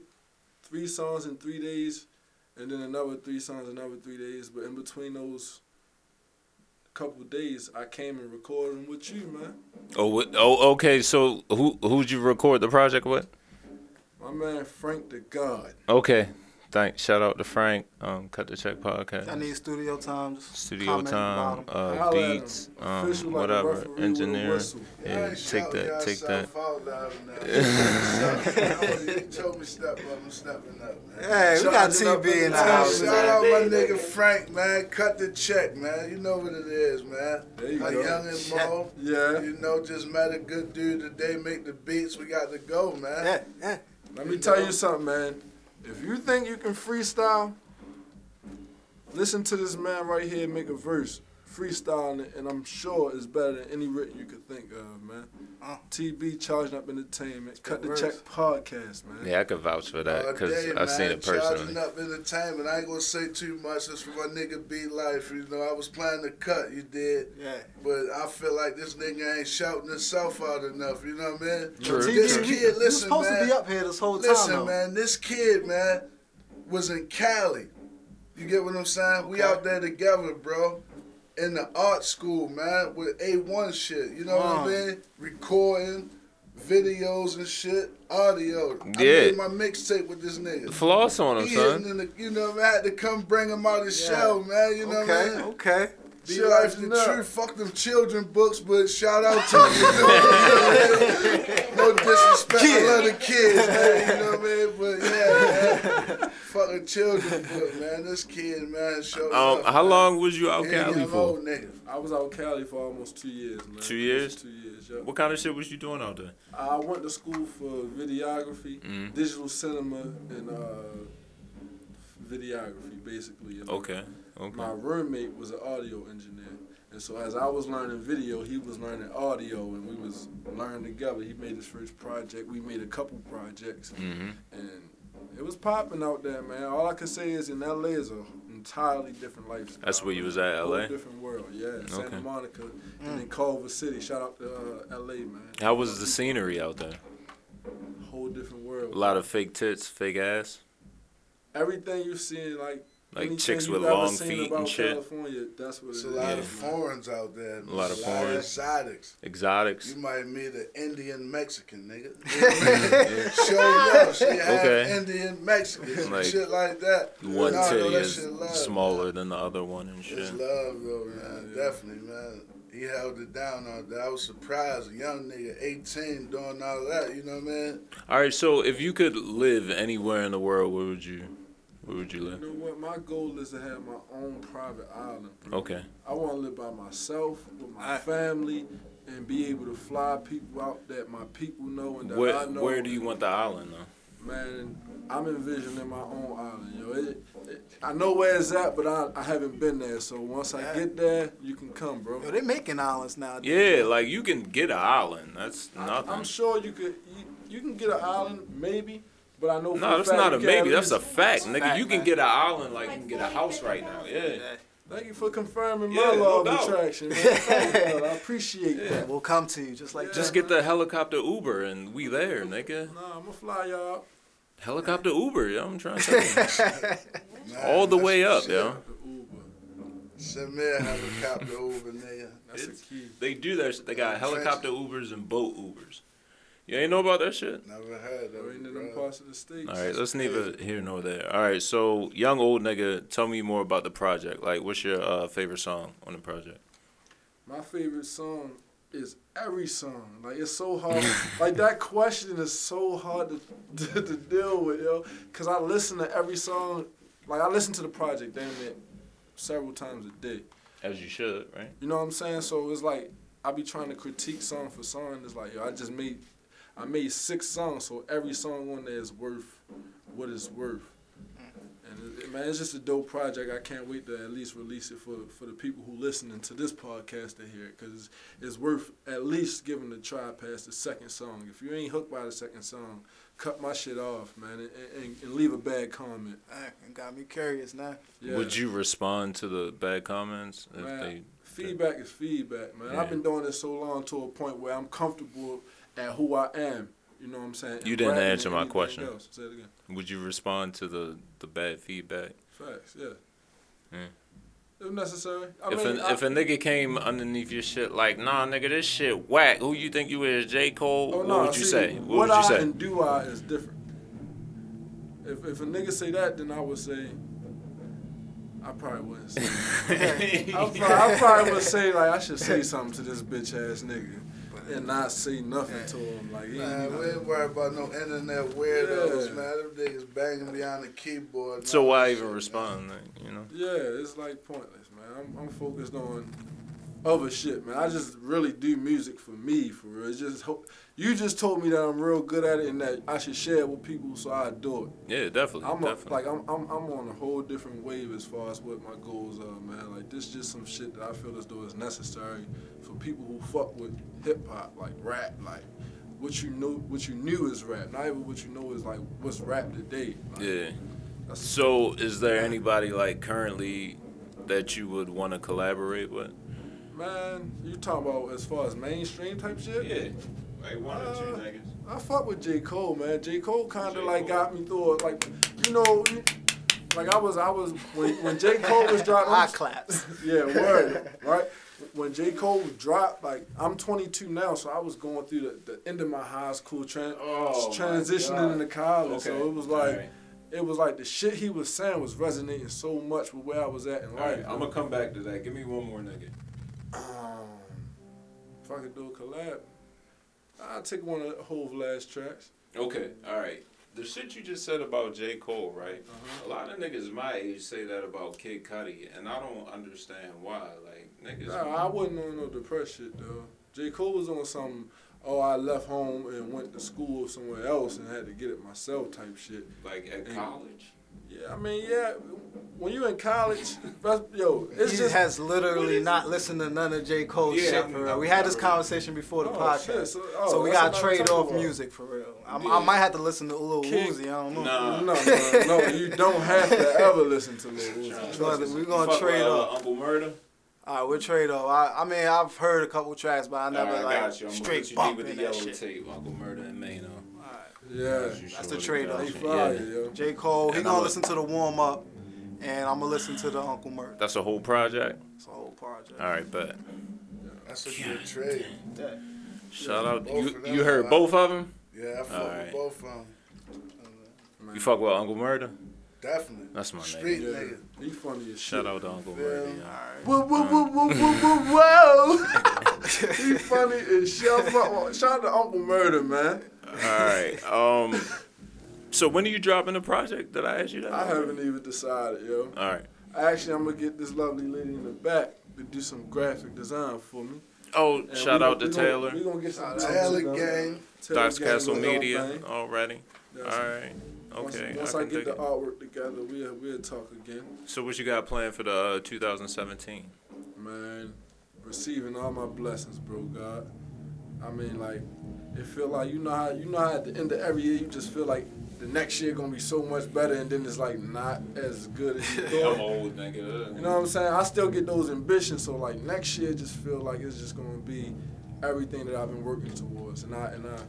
O: three songs in three days, and then another three songs another three days. But in between those couple days, I came and recorded them with you, man.
E: Oh, what, oh, okay. So, who who'd you record the project with?
O: My man Frank the God.
E: Okay, thanks. Shout out to Frank. Um, cut the check podcast.
C: I need studio time. Just
E: studio
C: comment
E: time,
C: about 'em.
E: uh,
C: Holla at 'em.
E: beats, um,
C: Official like a
E: whatever,
C: referee with a
E: engineering.
C: whistle.
E: Yeah,
P: Y'all
E: take that,
P: shout
E: take that.
P: yourself out loud enough. You told me step up, I'm stepping up, man.
C: Hey, we got
P: Charging up
C: TB in the
P: time.
C: house,
P: Shout
C: man.
P: out my nigga Frank, man. Cut the check, man. You know what it is, man.
O: There you
P: my
O: go.
P: young and mo.
O: Yeah.
P: You know, just met a good dude today. Make the beats. We got to go, man. Yeah,
C: yeah.
O: Let me tell you something, man. If you think you can freestyle, listen to this man right here make a verse. Freestyling, and I'm sure it's better than any written you could think of, man. TB Charging Up Entertainment, Cut the
P: verse.
O: Check podcast, man.
E: Yeah, I could vouch for that
P: All
E: because
P: day,
E: I've seen
P: man.
E: it personally.
P: Charging up entertainment. I ain't gonna say too much. That's for my nigga B life. You know, I was playing the cut. You did.
C: Yeah.
P: But I feel like this nigga ain't shouting himself out enough. You know what I mean?
C: True.
P: This
C: TB,
P: kid,
C: you
P: listen,
C: supposed to
P: man.
C: be up here this whole time,
P: Listen,
C: though.
P: man. This kid, man, was in Cali. You get what I'm saying? We out there together, bro. In the art school, man, with A1 shit. You know what
C: Wow.
P: I mean? Recording. Videos and shit, audio. I
E: Yeah.
P: made my mixtape with this nigga.
E: Floss on him,
P: He
E: son.
P: hidden in the- you know, I had to come bring him out his shell, man. You know
C: Okay,
P: what I mean?
C: okay.
P: Be
C: Shut
P: life the
C: up.
P: truth. Fuck them children books, but shout out to you. you know what I mean? No disrespect. I love the kids, man. You know what I mean? But yeah, man. Fuck out in children's book, man. This kid, man, showed
E: Um,
P: up.
E: how long was you out
P: He ain't
E: Cali
P: an
E: for?
P: old nigga.
O: I was out Cali for almost two years, man.
E: Two years.
O: Two years. Yep.
E: What kind of shit was you doing out there?
O: I went to school for videography,
E: Mm.
O: digital cinema, and uh, videography, basically. And
E: Okay, okay.
O: My roommate was an audio engineer, and so as I was learning video, he was learning audio, and we was learning together. He made his first project. We made a couple projects,
E: Mhm.
O: and it was popping out there, man. All I can say is in LA is an entirely different lifestyle.
E: That's where you was at,
O: Whole
E: LA?
O: Different world, yeah. Santa
E: Okay.
O: Monica, and then Culver City. Shout out to uh, LA, man.
E: How was the scenery out there?
O: Whole different
E: A
O: world.
E: lot of fake tits, fake ass.
O: everything you seen, like
E: Like
O: anything
E: chicks
O: you
E: with
O: ever
E: long
O: seen
E: feet and
O: about
E: shit.
O: California, that's what
P: It's
O: it
P: a
O: is.
P: lot of foreigns out there.
E: A lot of
P: Lot
E: foreign-
P: of exotics.
E: Exotics.
P: You might meet an Indian Mexican nigga. Show up, she half
E: Okay.
P: Indian Mexican,
E: Like,
P: shit like that.
E: One
P: Nah, no,
E: titty
P: that
E: is
P: shit love.
E: smaller than the other one and shit.
P: It's love, though, man. Definitely, man. He held it down out there. I was surprised, a young nigga, 18, doing all that. You know what I mean?
E: All right, so if you could live anywhere in the world, where would you, where would you live?
O: You know what? My goal is to have my own private island. bro.
E: Okay.
O: I want to live by myself with my family and be able to fly people out that my people know and that I
E: Where,
O: know.
E: where do you want the island though?
O: Man, I'm envisioning my own island, yo. It, it, I know where it's at, but I, I haven't been there. So once I get there, you can come, bro. Yo,
C: they making islands now.
E: Yeah, like you can get an island. That's nothing.
O: I'm sure you could. You, you can get an island, maybe. But I know. for
E: no, that's
O: fact
E: not
O: you
E: a
O: can
E: maybe.
O: at
E: That's a
O: least-
E: fact, nigga. you can get an island like you can get a house right now. Yeah.
O: Thank you for confirming my
E: Yeah, no
O: law of
E: doubt.
O: attraction. man. Thank you, brother. I appreciate that.
C: We'll come to you just like that.
E: Just get the helicopter Uber and we there, nigga.
O: Nah, I'm gonna fly y'all. out.
E: Helicopter Uber, yo. I'm trying to tell you. All the way up, yo.
P: Send me a helicopter over, nigga.
O: That's a key.
E: They do that. shit. They got helicopter Ubers and boat Ubers. You ain't know about that shit?
P: Never heard of
O: it. them parts of the states.
E: All right, let's neither here nor there. All right, so young old nigga, tell me more about the project. Like, what's your uh, favorite song on the project?
O: My favorite song is every song. Like it's so hard. like that question is so hard to, to, to deal with, yo. Cause I listen to every song. Like I listen to the project damn it several times a day.
E: As you should, right?
O: You know what I'm saying? So it's like I be trying to critique song for song. It's like yo, I just made, I made six songs, so every song on there is worth what it's worth. And it, it- man, it's just a dope project. I can't wait to at least release it for for the people who listening to this podcast to hear it, cause it's, it's worth at least giving the try past the second song. If you ain't hooked by the second song, cut my shit off, man, and, and, and leave a bad comment.
C: It got me curious now.
E: Would you respond to the bad comments if
O: Man,
E: they?
O: feedback is feedback, man.
E: Yeah.
O: I've been doing this so long to a point where I'm comfortable at who I am. You know what I'm saying?
E: You
O: And
E: didn't
O: rapping
E: answer
O: and
E: my
O: anything
E: question.
O: else. Say it again.
E: Would you respond to the the bad feedback? Hmm.
O: Facts, yeah.
E: Yeah.
O: If necessary. I
E: if,
O: mean,
E: a,
O: I-
E: if a nigga came underneath your shit like, nah, nigga, this shit whack. Who you think you is, J. Cole?
O: Oh,
E: what
O: nah,
E: would you
O: see,
E: say? What,
O: what
E: would you
O: I
E: say?
O: and do I is different. If, if a nigga say that, then I would say, I probably wouldn't say I, probably, I probably would say, like, I should say something to this bitch ass nigga and not say nothing to him. Like, he ain't
P: Man, we ain't worried about no internet weirdos, man. Them niggas banging behind the keyboard. and
E: so
P: all
E: why
P: that
E: even
P: shit,
E: respond? Like, you know.
O: Yeah, it's like pointless, man. I'm, I'm focused on other shit, man. I just really do music for me, for real. It's just hope you just told me that I'm real good at it and that I should share it with people, so I do it.
E: Yeah, definitely.
O: I'm a,
E: definitely.
O: like I'm, I'm I'm on a whole different wave as far as what my goals are, man. Like this just some shit that I feel as though is necessary for people who fuck with hip hop, like rap, like what you know, what you knew is rap. Not even what you know is like what's rap today.
E: yeah. So is there anybody like currently that you would want to collaborate with?
O: Man, you talking about as far as mainstream type shit? Yeah,
E: like one or two niggas.
O: I fuck with J Cole, man. J Cole kind of like got me through it, like you know, like I was, I was when when J Cole was dropping.
C: Eye claps.
O: yeah, word, right? When J Cole dropped, like I'm 22 now, so I was going through the, the end of my high school tran-
E: Oh, my God.
O: transitioning into college.
E: Okay,
O: So it was like.
E: alright.
O: It was like the shit he was saying was resonating so much with where I was at in life.
E: Alright, I'ma come back to that. Give me one more nigga.
O: Um, if I could do a collab, I'll take one of Hove last tracks.
E: Okay, all right.
B: the shit you just said about J. Cole, right? A
O: Uh-huh.
B: lot of niggas my age say that about Kid Cudi, and I don't understand why. Like niggas,
O: Nah, I wasn't on no depressed shit though. J. Cole was on some, oh, I left home and went to school somewhere else and had to get it myself type shit.
B: Like at
O: And-
B: college.
O: Yeah, I mean, yeah. When you in college, that's- yo, it's
C: he
O: just
C: has literally not listened to none of J. Cole's
O: Yeah,
C: shit. For real. We had this conversation before the
O: Oh,
C: podcast,
O: shit,
C: so,
O: so- oh,
C: we
O: that's
C: got to
O: another
C: trade
O: topic.
C: off music for real. i
O: Yeah.
C: I might have to listen to a little
O: King-
C: Woozy. I don't know.
O: Nah. No, no, no, you don't have to ever listen to Lil Uzi.
C: Trust me, we gonna
O: Fuck
C: trade
O: with, uh,
C: off.
B: Uncle Murder.
C: All right, we'll trade off. I, I mean, I've heard a couple tracks, but I never
B: Alright,
C: like
B: got you. I'm gonna put
C: straight
B: you deep
C: bump
B: with
C: in
B: the
C: that
B: yellow
C: shit.
B: tape, Uncle Murder and Mano.
O: Yeah,
C: That's the trade off.
O: Yeah.
C: J. Cole, he
B: And
C: gonna
B: I'ma-
C: listen to the warm up, and I'm gonna listen to the Uncle Murder.
E: That's a whole project.
C: It's a whole project.
E: All right, but
P: That's a good trade.
E: shout
P: Yeah,
E: out.
P: both
E: You
P: of them,
E: you heard
P: I-
E: both of them.
P: Yeah, I fuck
E: All
P: with
E: right.
P: both of them.
E: You fuck with Uncle Murder.
P: Definitely.
E: That's my nigga.
P: Street
E: Yeah.
P: nigga.
O: He funny as
E: Shout out to Uncle Murder. yeah.
O: Whoa, whoa, whoa, whoa, whoa, whoa, whoa. he funny as shit. I fuck with- Shout out to Uncle Murder, man.
E: All right. Um. So when are you dropping the project? Did I ask you that?
O: I haven't even decided, yo.
E: All right.
O: Actually, I'm gonna get this lovely lady in the back to do some graphic design for me.
E: Oh,
O: And
E: shout
O: we-
E: out to
O: we gonna-
E: Taylor.
O: we gonna get some
P: Taylor
O: together.
P: gang.
O: Taylor
E: Dots
O: gang
E: Castle
O: with her
E: Media
O: thing.
E: already. All
O: That's-
E: right.
O: Once-
E: Okay.
O: Once
E: I
O: I,
E: can
O: get
E: dig
O: the
E: it.
O: artwork together, we'll we'll talk again,
E: So what you got planned for the uh, 2017?
O: man. Receiving all my blessings, bro. God, I mean, like, it feel like you know how you know how at the end of every year you just feel like the next year gonna be so much better, and then it's like not as good as you
B: I'm
O: thought.
B: old nigga.
O: You know what I'm saying? I still get those ambitions, so like next year, just feel like it's just gonna be everything that I've been working towards, and I and I,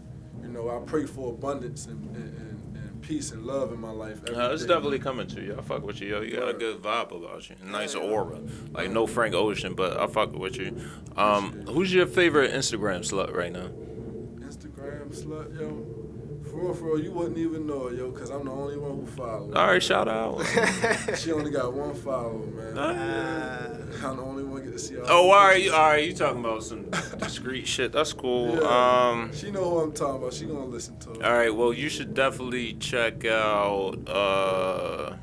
O: you know, I pray for abundance and and, and, and peace and love in my life. every
E: Uh, it's
O: day.
E: definitely coming to you. I fuck with you, yo. You got a good vibe about you, nice aura. Like no Frank Ocean, but I fuck with you. Um, who's your favorite Instagram slut right now?
O: Instagram slut, yo. For real, for real, you wouldn't even know it, yo, because I'm the only one who follows.
E: All right, shout out.
O: she only got one follower, man. I'm the only one get to see all
E: Oh,
O: her
E: all right,
O: pictures.
E: you, all right. You talking about some discreet shit? That's cool.
O: Yeah.
E: Um,
O: she know who I'm talking about. She gonna listen to it.
E: all right. Well, you should definitely check out uh,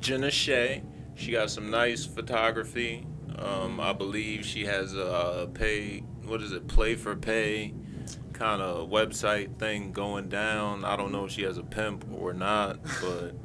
E: Jenna Shea. She got some nice photography. Um, I believe she has a pay. What is it? Play for pay kind of website thing going down. I don't know if she has a pimp or not, but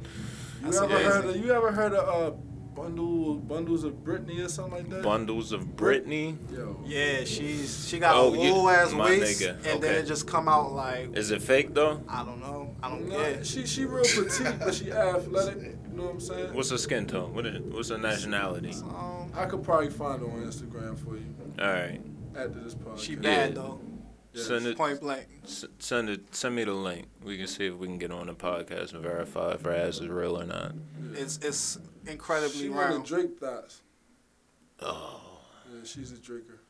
O: You
E: That's
O: ever
E: amazing.
O: heard? Of, you ever heard of uh, bundle bundles of Britney or something like that?
E: bundles of Britney.
O: Yo,
C: Yeah, she's she got
E: Oh,
C: a
E: you-
C: little ass
E: my
C: waist,
E: nigga,
C: and
E: okay.
C: then it just come out like
E: Is it fake though?
C: I don't know, I don't
O: Nah,
C: get.
O: she she real petite, but she athletic. You know what I'm saying?
E: What's her skin tone? What is, what's her nationality?
C: Um,
O: I could probably find her on Instagram for you
E: All right.
O: after this podcast.
C: she
E: Yeah.
C: bad though,
E: Send it.
C: point blank.
E: S- send it. Send me the link. We can see if we can get on the podcast and verify if her ass is real or not.
C: It's it's incredibly
O: she wanted
C: round.
O: Drake thoughts.
E: Oh,
O: Yeah, she's a drinker.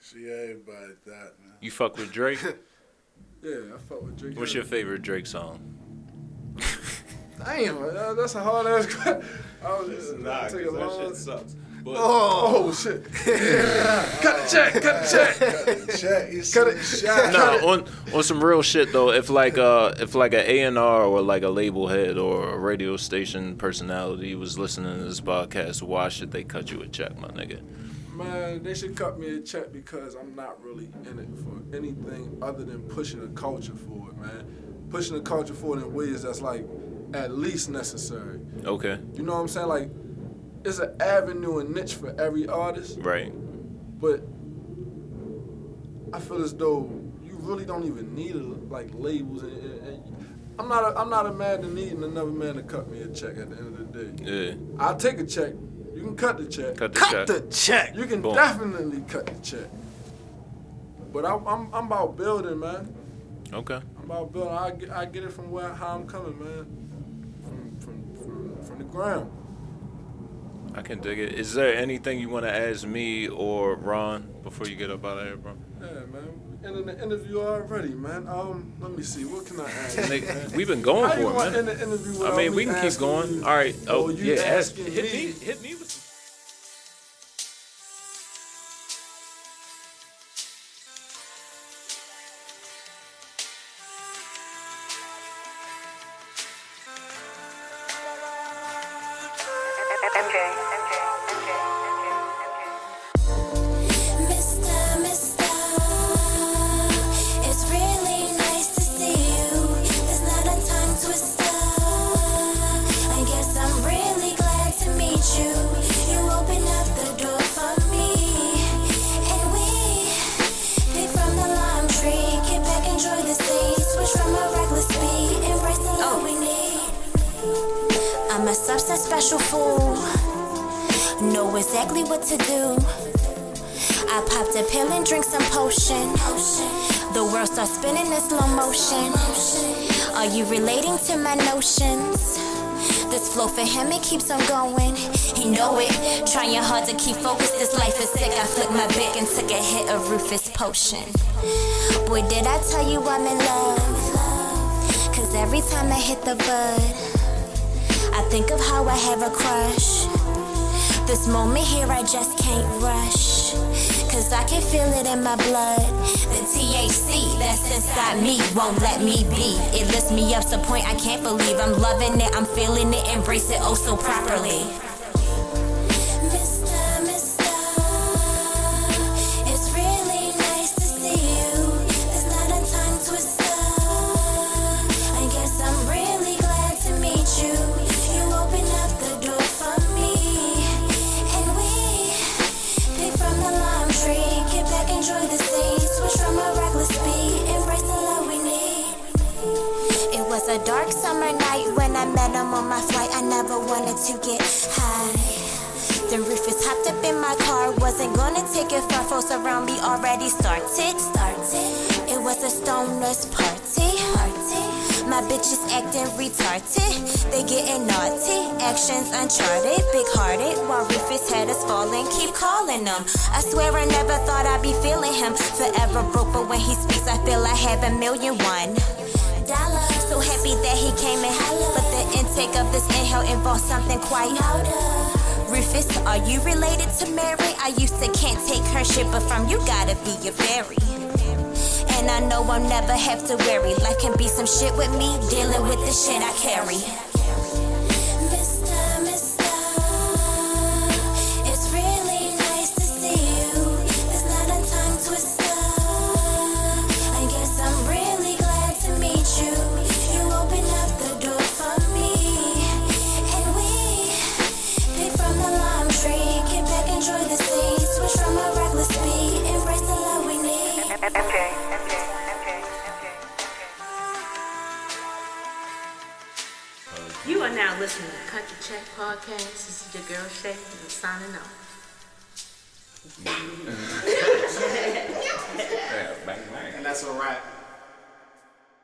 P: She everybody that, man.
E: you fuck with Drake.
O: Yeah, I fuck with Drake.
E: What's your favorite Drake song?
O: Damn, uh, that's a hard ass Oh, question. I was
B: It's
O: just
B: not,
O: take a
B: 'cause that
O: long.
B: shit sucks. But
O: Oh, shit! cut the check, cut the check.
P: Check, you cut it. Shot.
E: Nah, on on some real shit though. If like uh if like an A and R or like a label head or a radio station personality was listening to this podcast, why should they cut you a check, my nigga?
O: Man, they should cut me a check because I'm not really in it for anything other than pushing the culture forward, man. Pushing the culture forward in ways that's like at least necessary.
E: Okay,
O: You know what I'm saying? Like, it's an avenue and niche for every artist,
E: right.
O: but I feel as though you really don't even need like labels. And, and, and I'm not a, I'm not a man to needing another man to cut me a check at the end of the day.
E: Yeah,
O: I'll take a check. You can cut the check.
E: cut the
C: Cut
E: check.
C: the check.
O: You can
E: Boom.
O: definitely cut the check. But I'm, I'm, I'm about building, man.
E: okay.
O: I'm about building. I get, I get it from where how I'm coming, man. From, from, from, from the ground.
E: I can dig it. Is there anything you want to ask me or Ron before you get up out of here, bro?
O: Yeah, man. And in the interview already, man. Um, let me see. What can I ask?
E: Nigga, We've been going
O: How
E: for
O: you
E: it,
O: want
E: man.
O: in the interview
E: I
O: without
E: mean,
O: me
E: we can keep
O: asking
E: going.
O: you-
E: All right. Oh,
O: or you
E: yeah. Ask,
O: asking
E: hit
O: me?
E: me. Hit me with. some-
J: Hey,
F: Oh,
S: I'm a substance special fool. Know exactly what to do. I popped a pill and drink some potion. The world starts spinning in slow motion. Are you relating to my notions? This flow for him, it keeps on going. He know it. Trying hard to keep focused. This life is sick. I flipped my back and took a hit of Rufus potion. Boy, did I tell you I'm in love? Cause every time I hit the bud. I think of how I have a crush. This moment here, I just can't rush. Cause I can feel it in my blood. The THC that's inside me won't let me be. It lifts me up to point I can't believe. I'm loving it, I'm feeling it, embrace it oh so properly. a dark summer night when I met him on my flight. I never wanted to get high. Then Rufus hopped up in my car. Wasn't gonna take it far. Folks around me already started. Started. It was a stoner's party. Party. My bitches acting retarded. They getting naughty. Actions uncharted. Big hearted. While Rufus had us falling, keep calling him. I swear I never thought I'd be feeling him. Forever broke, but when he speaks, I feel I have a million one. So happy that he came and hollered, but the intake of this inhale involves something quite older. Rufus, are you related to Mary? I used to can't take her shit, but from you gotta be your fairy. And I know I'll never have to worry. Life can be some shit with me, dealing with the shit I carry.
T: You are now listening to Country Check Podcast. This is your girl Shay, and I'm signing off.
C: And that's a wrap.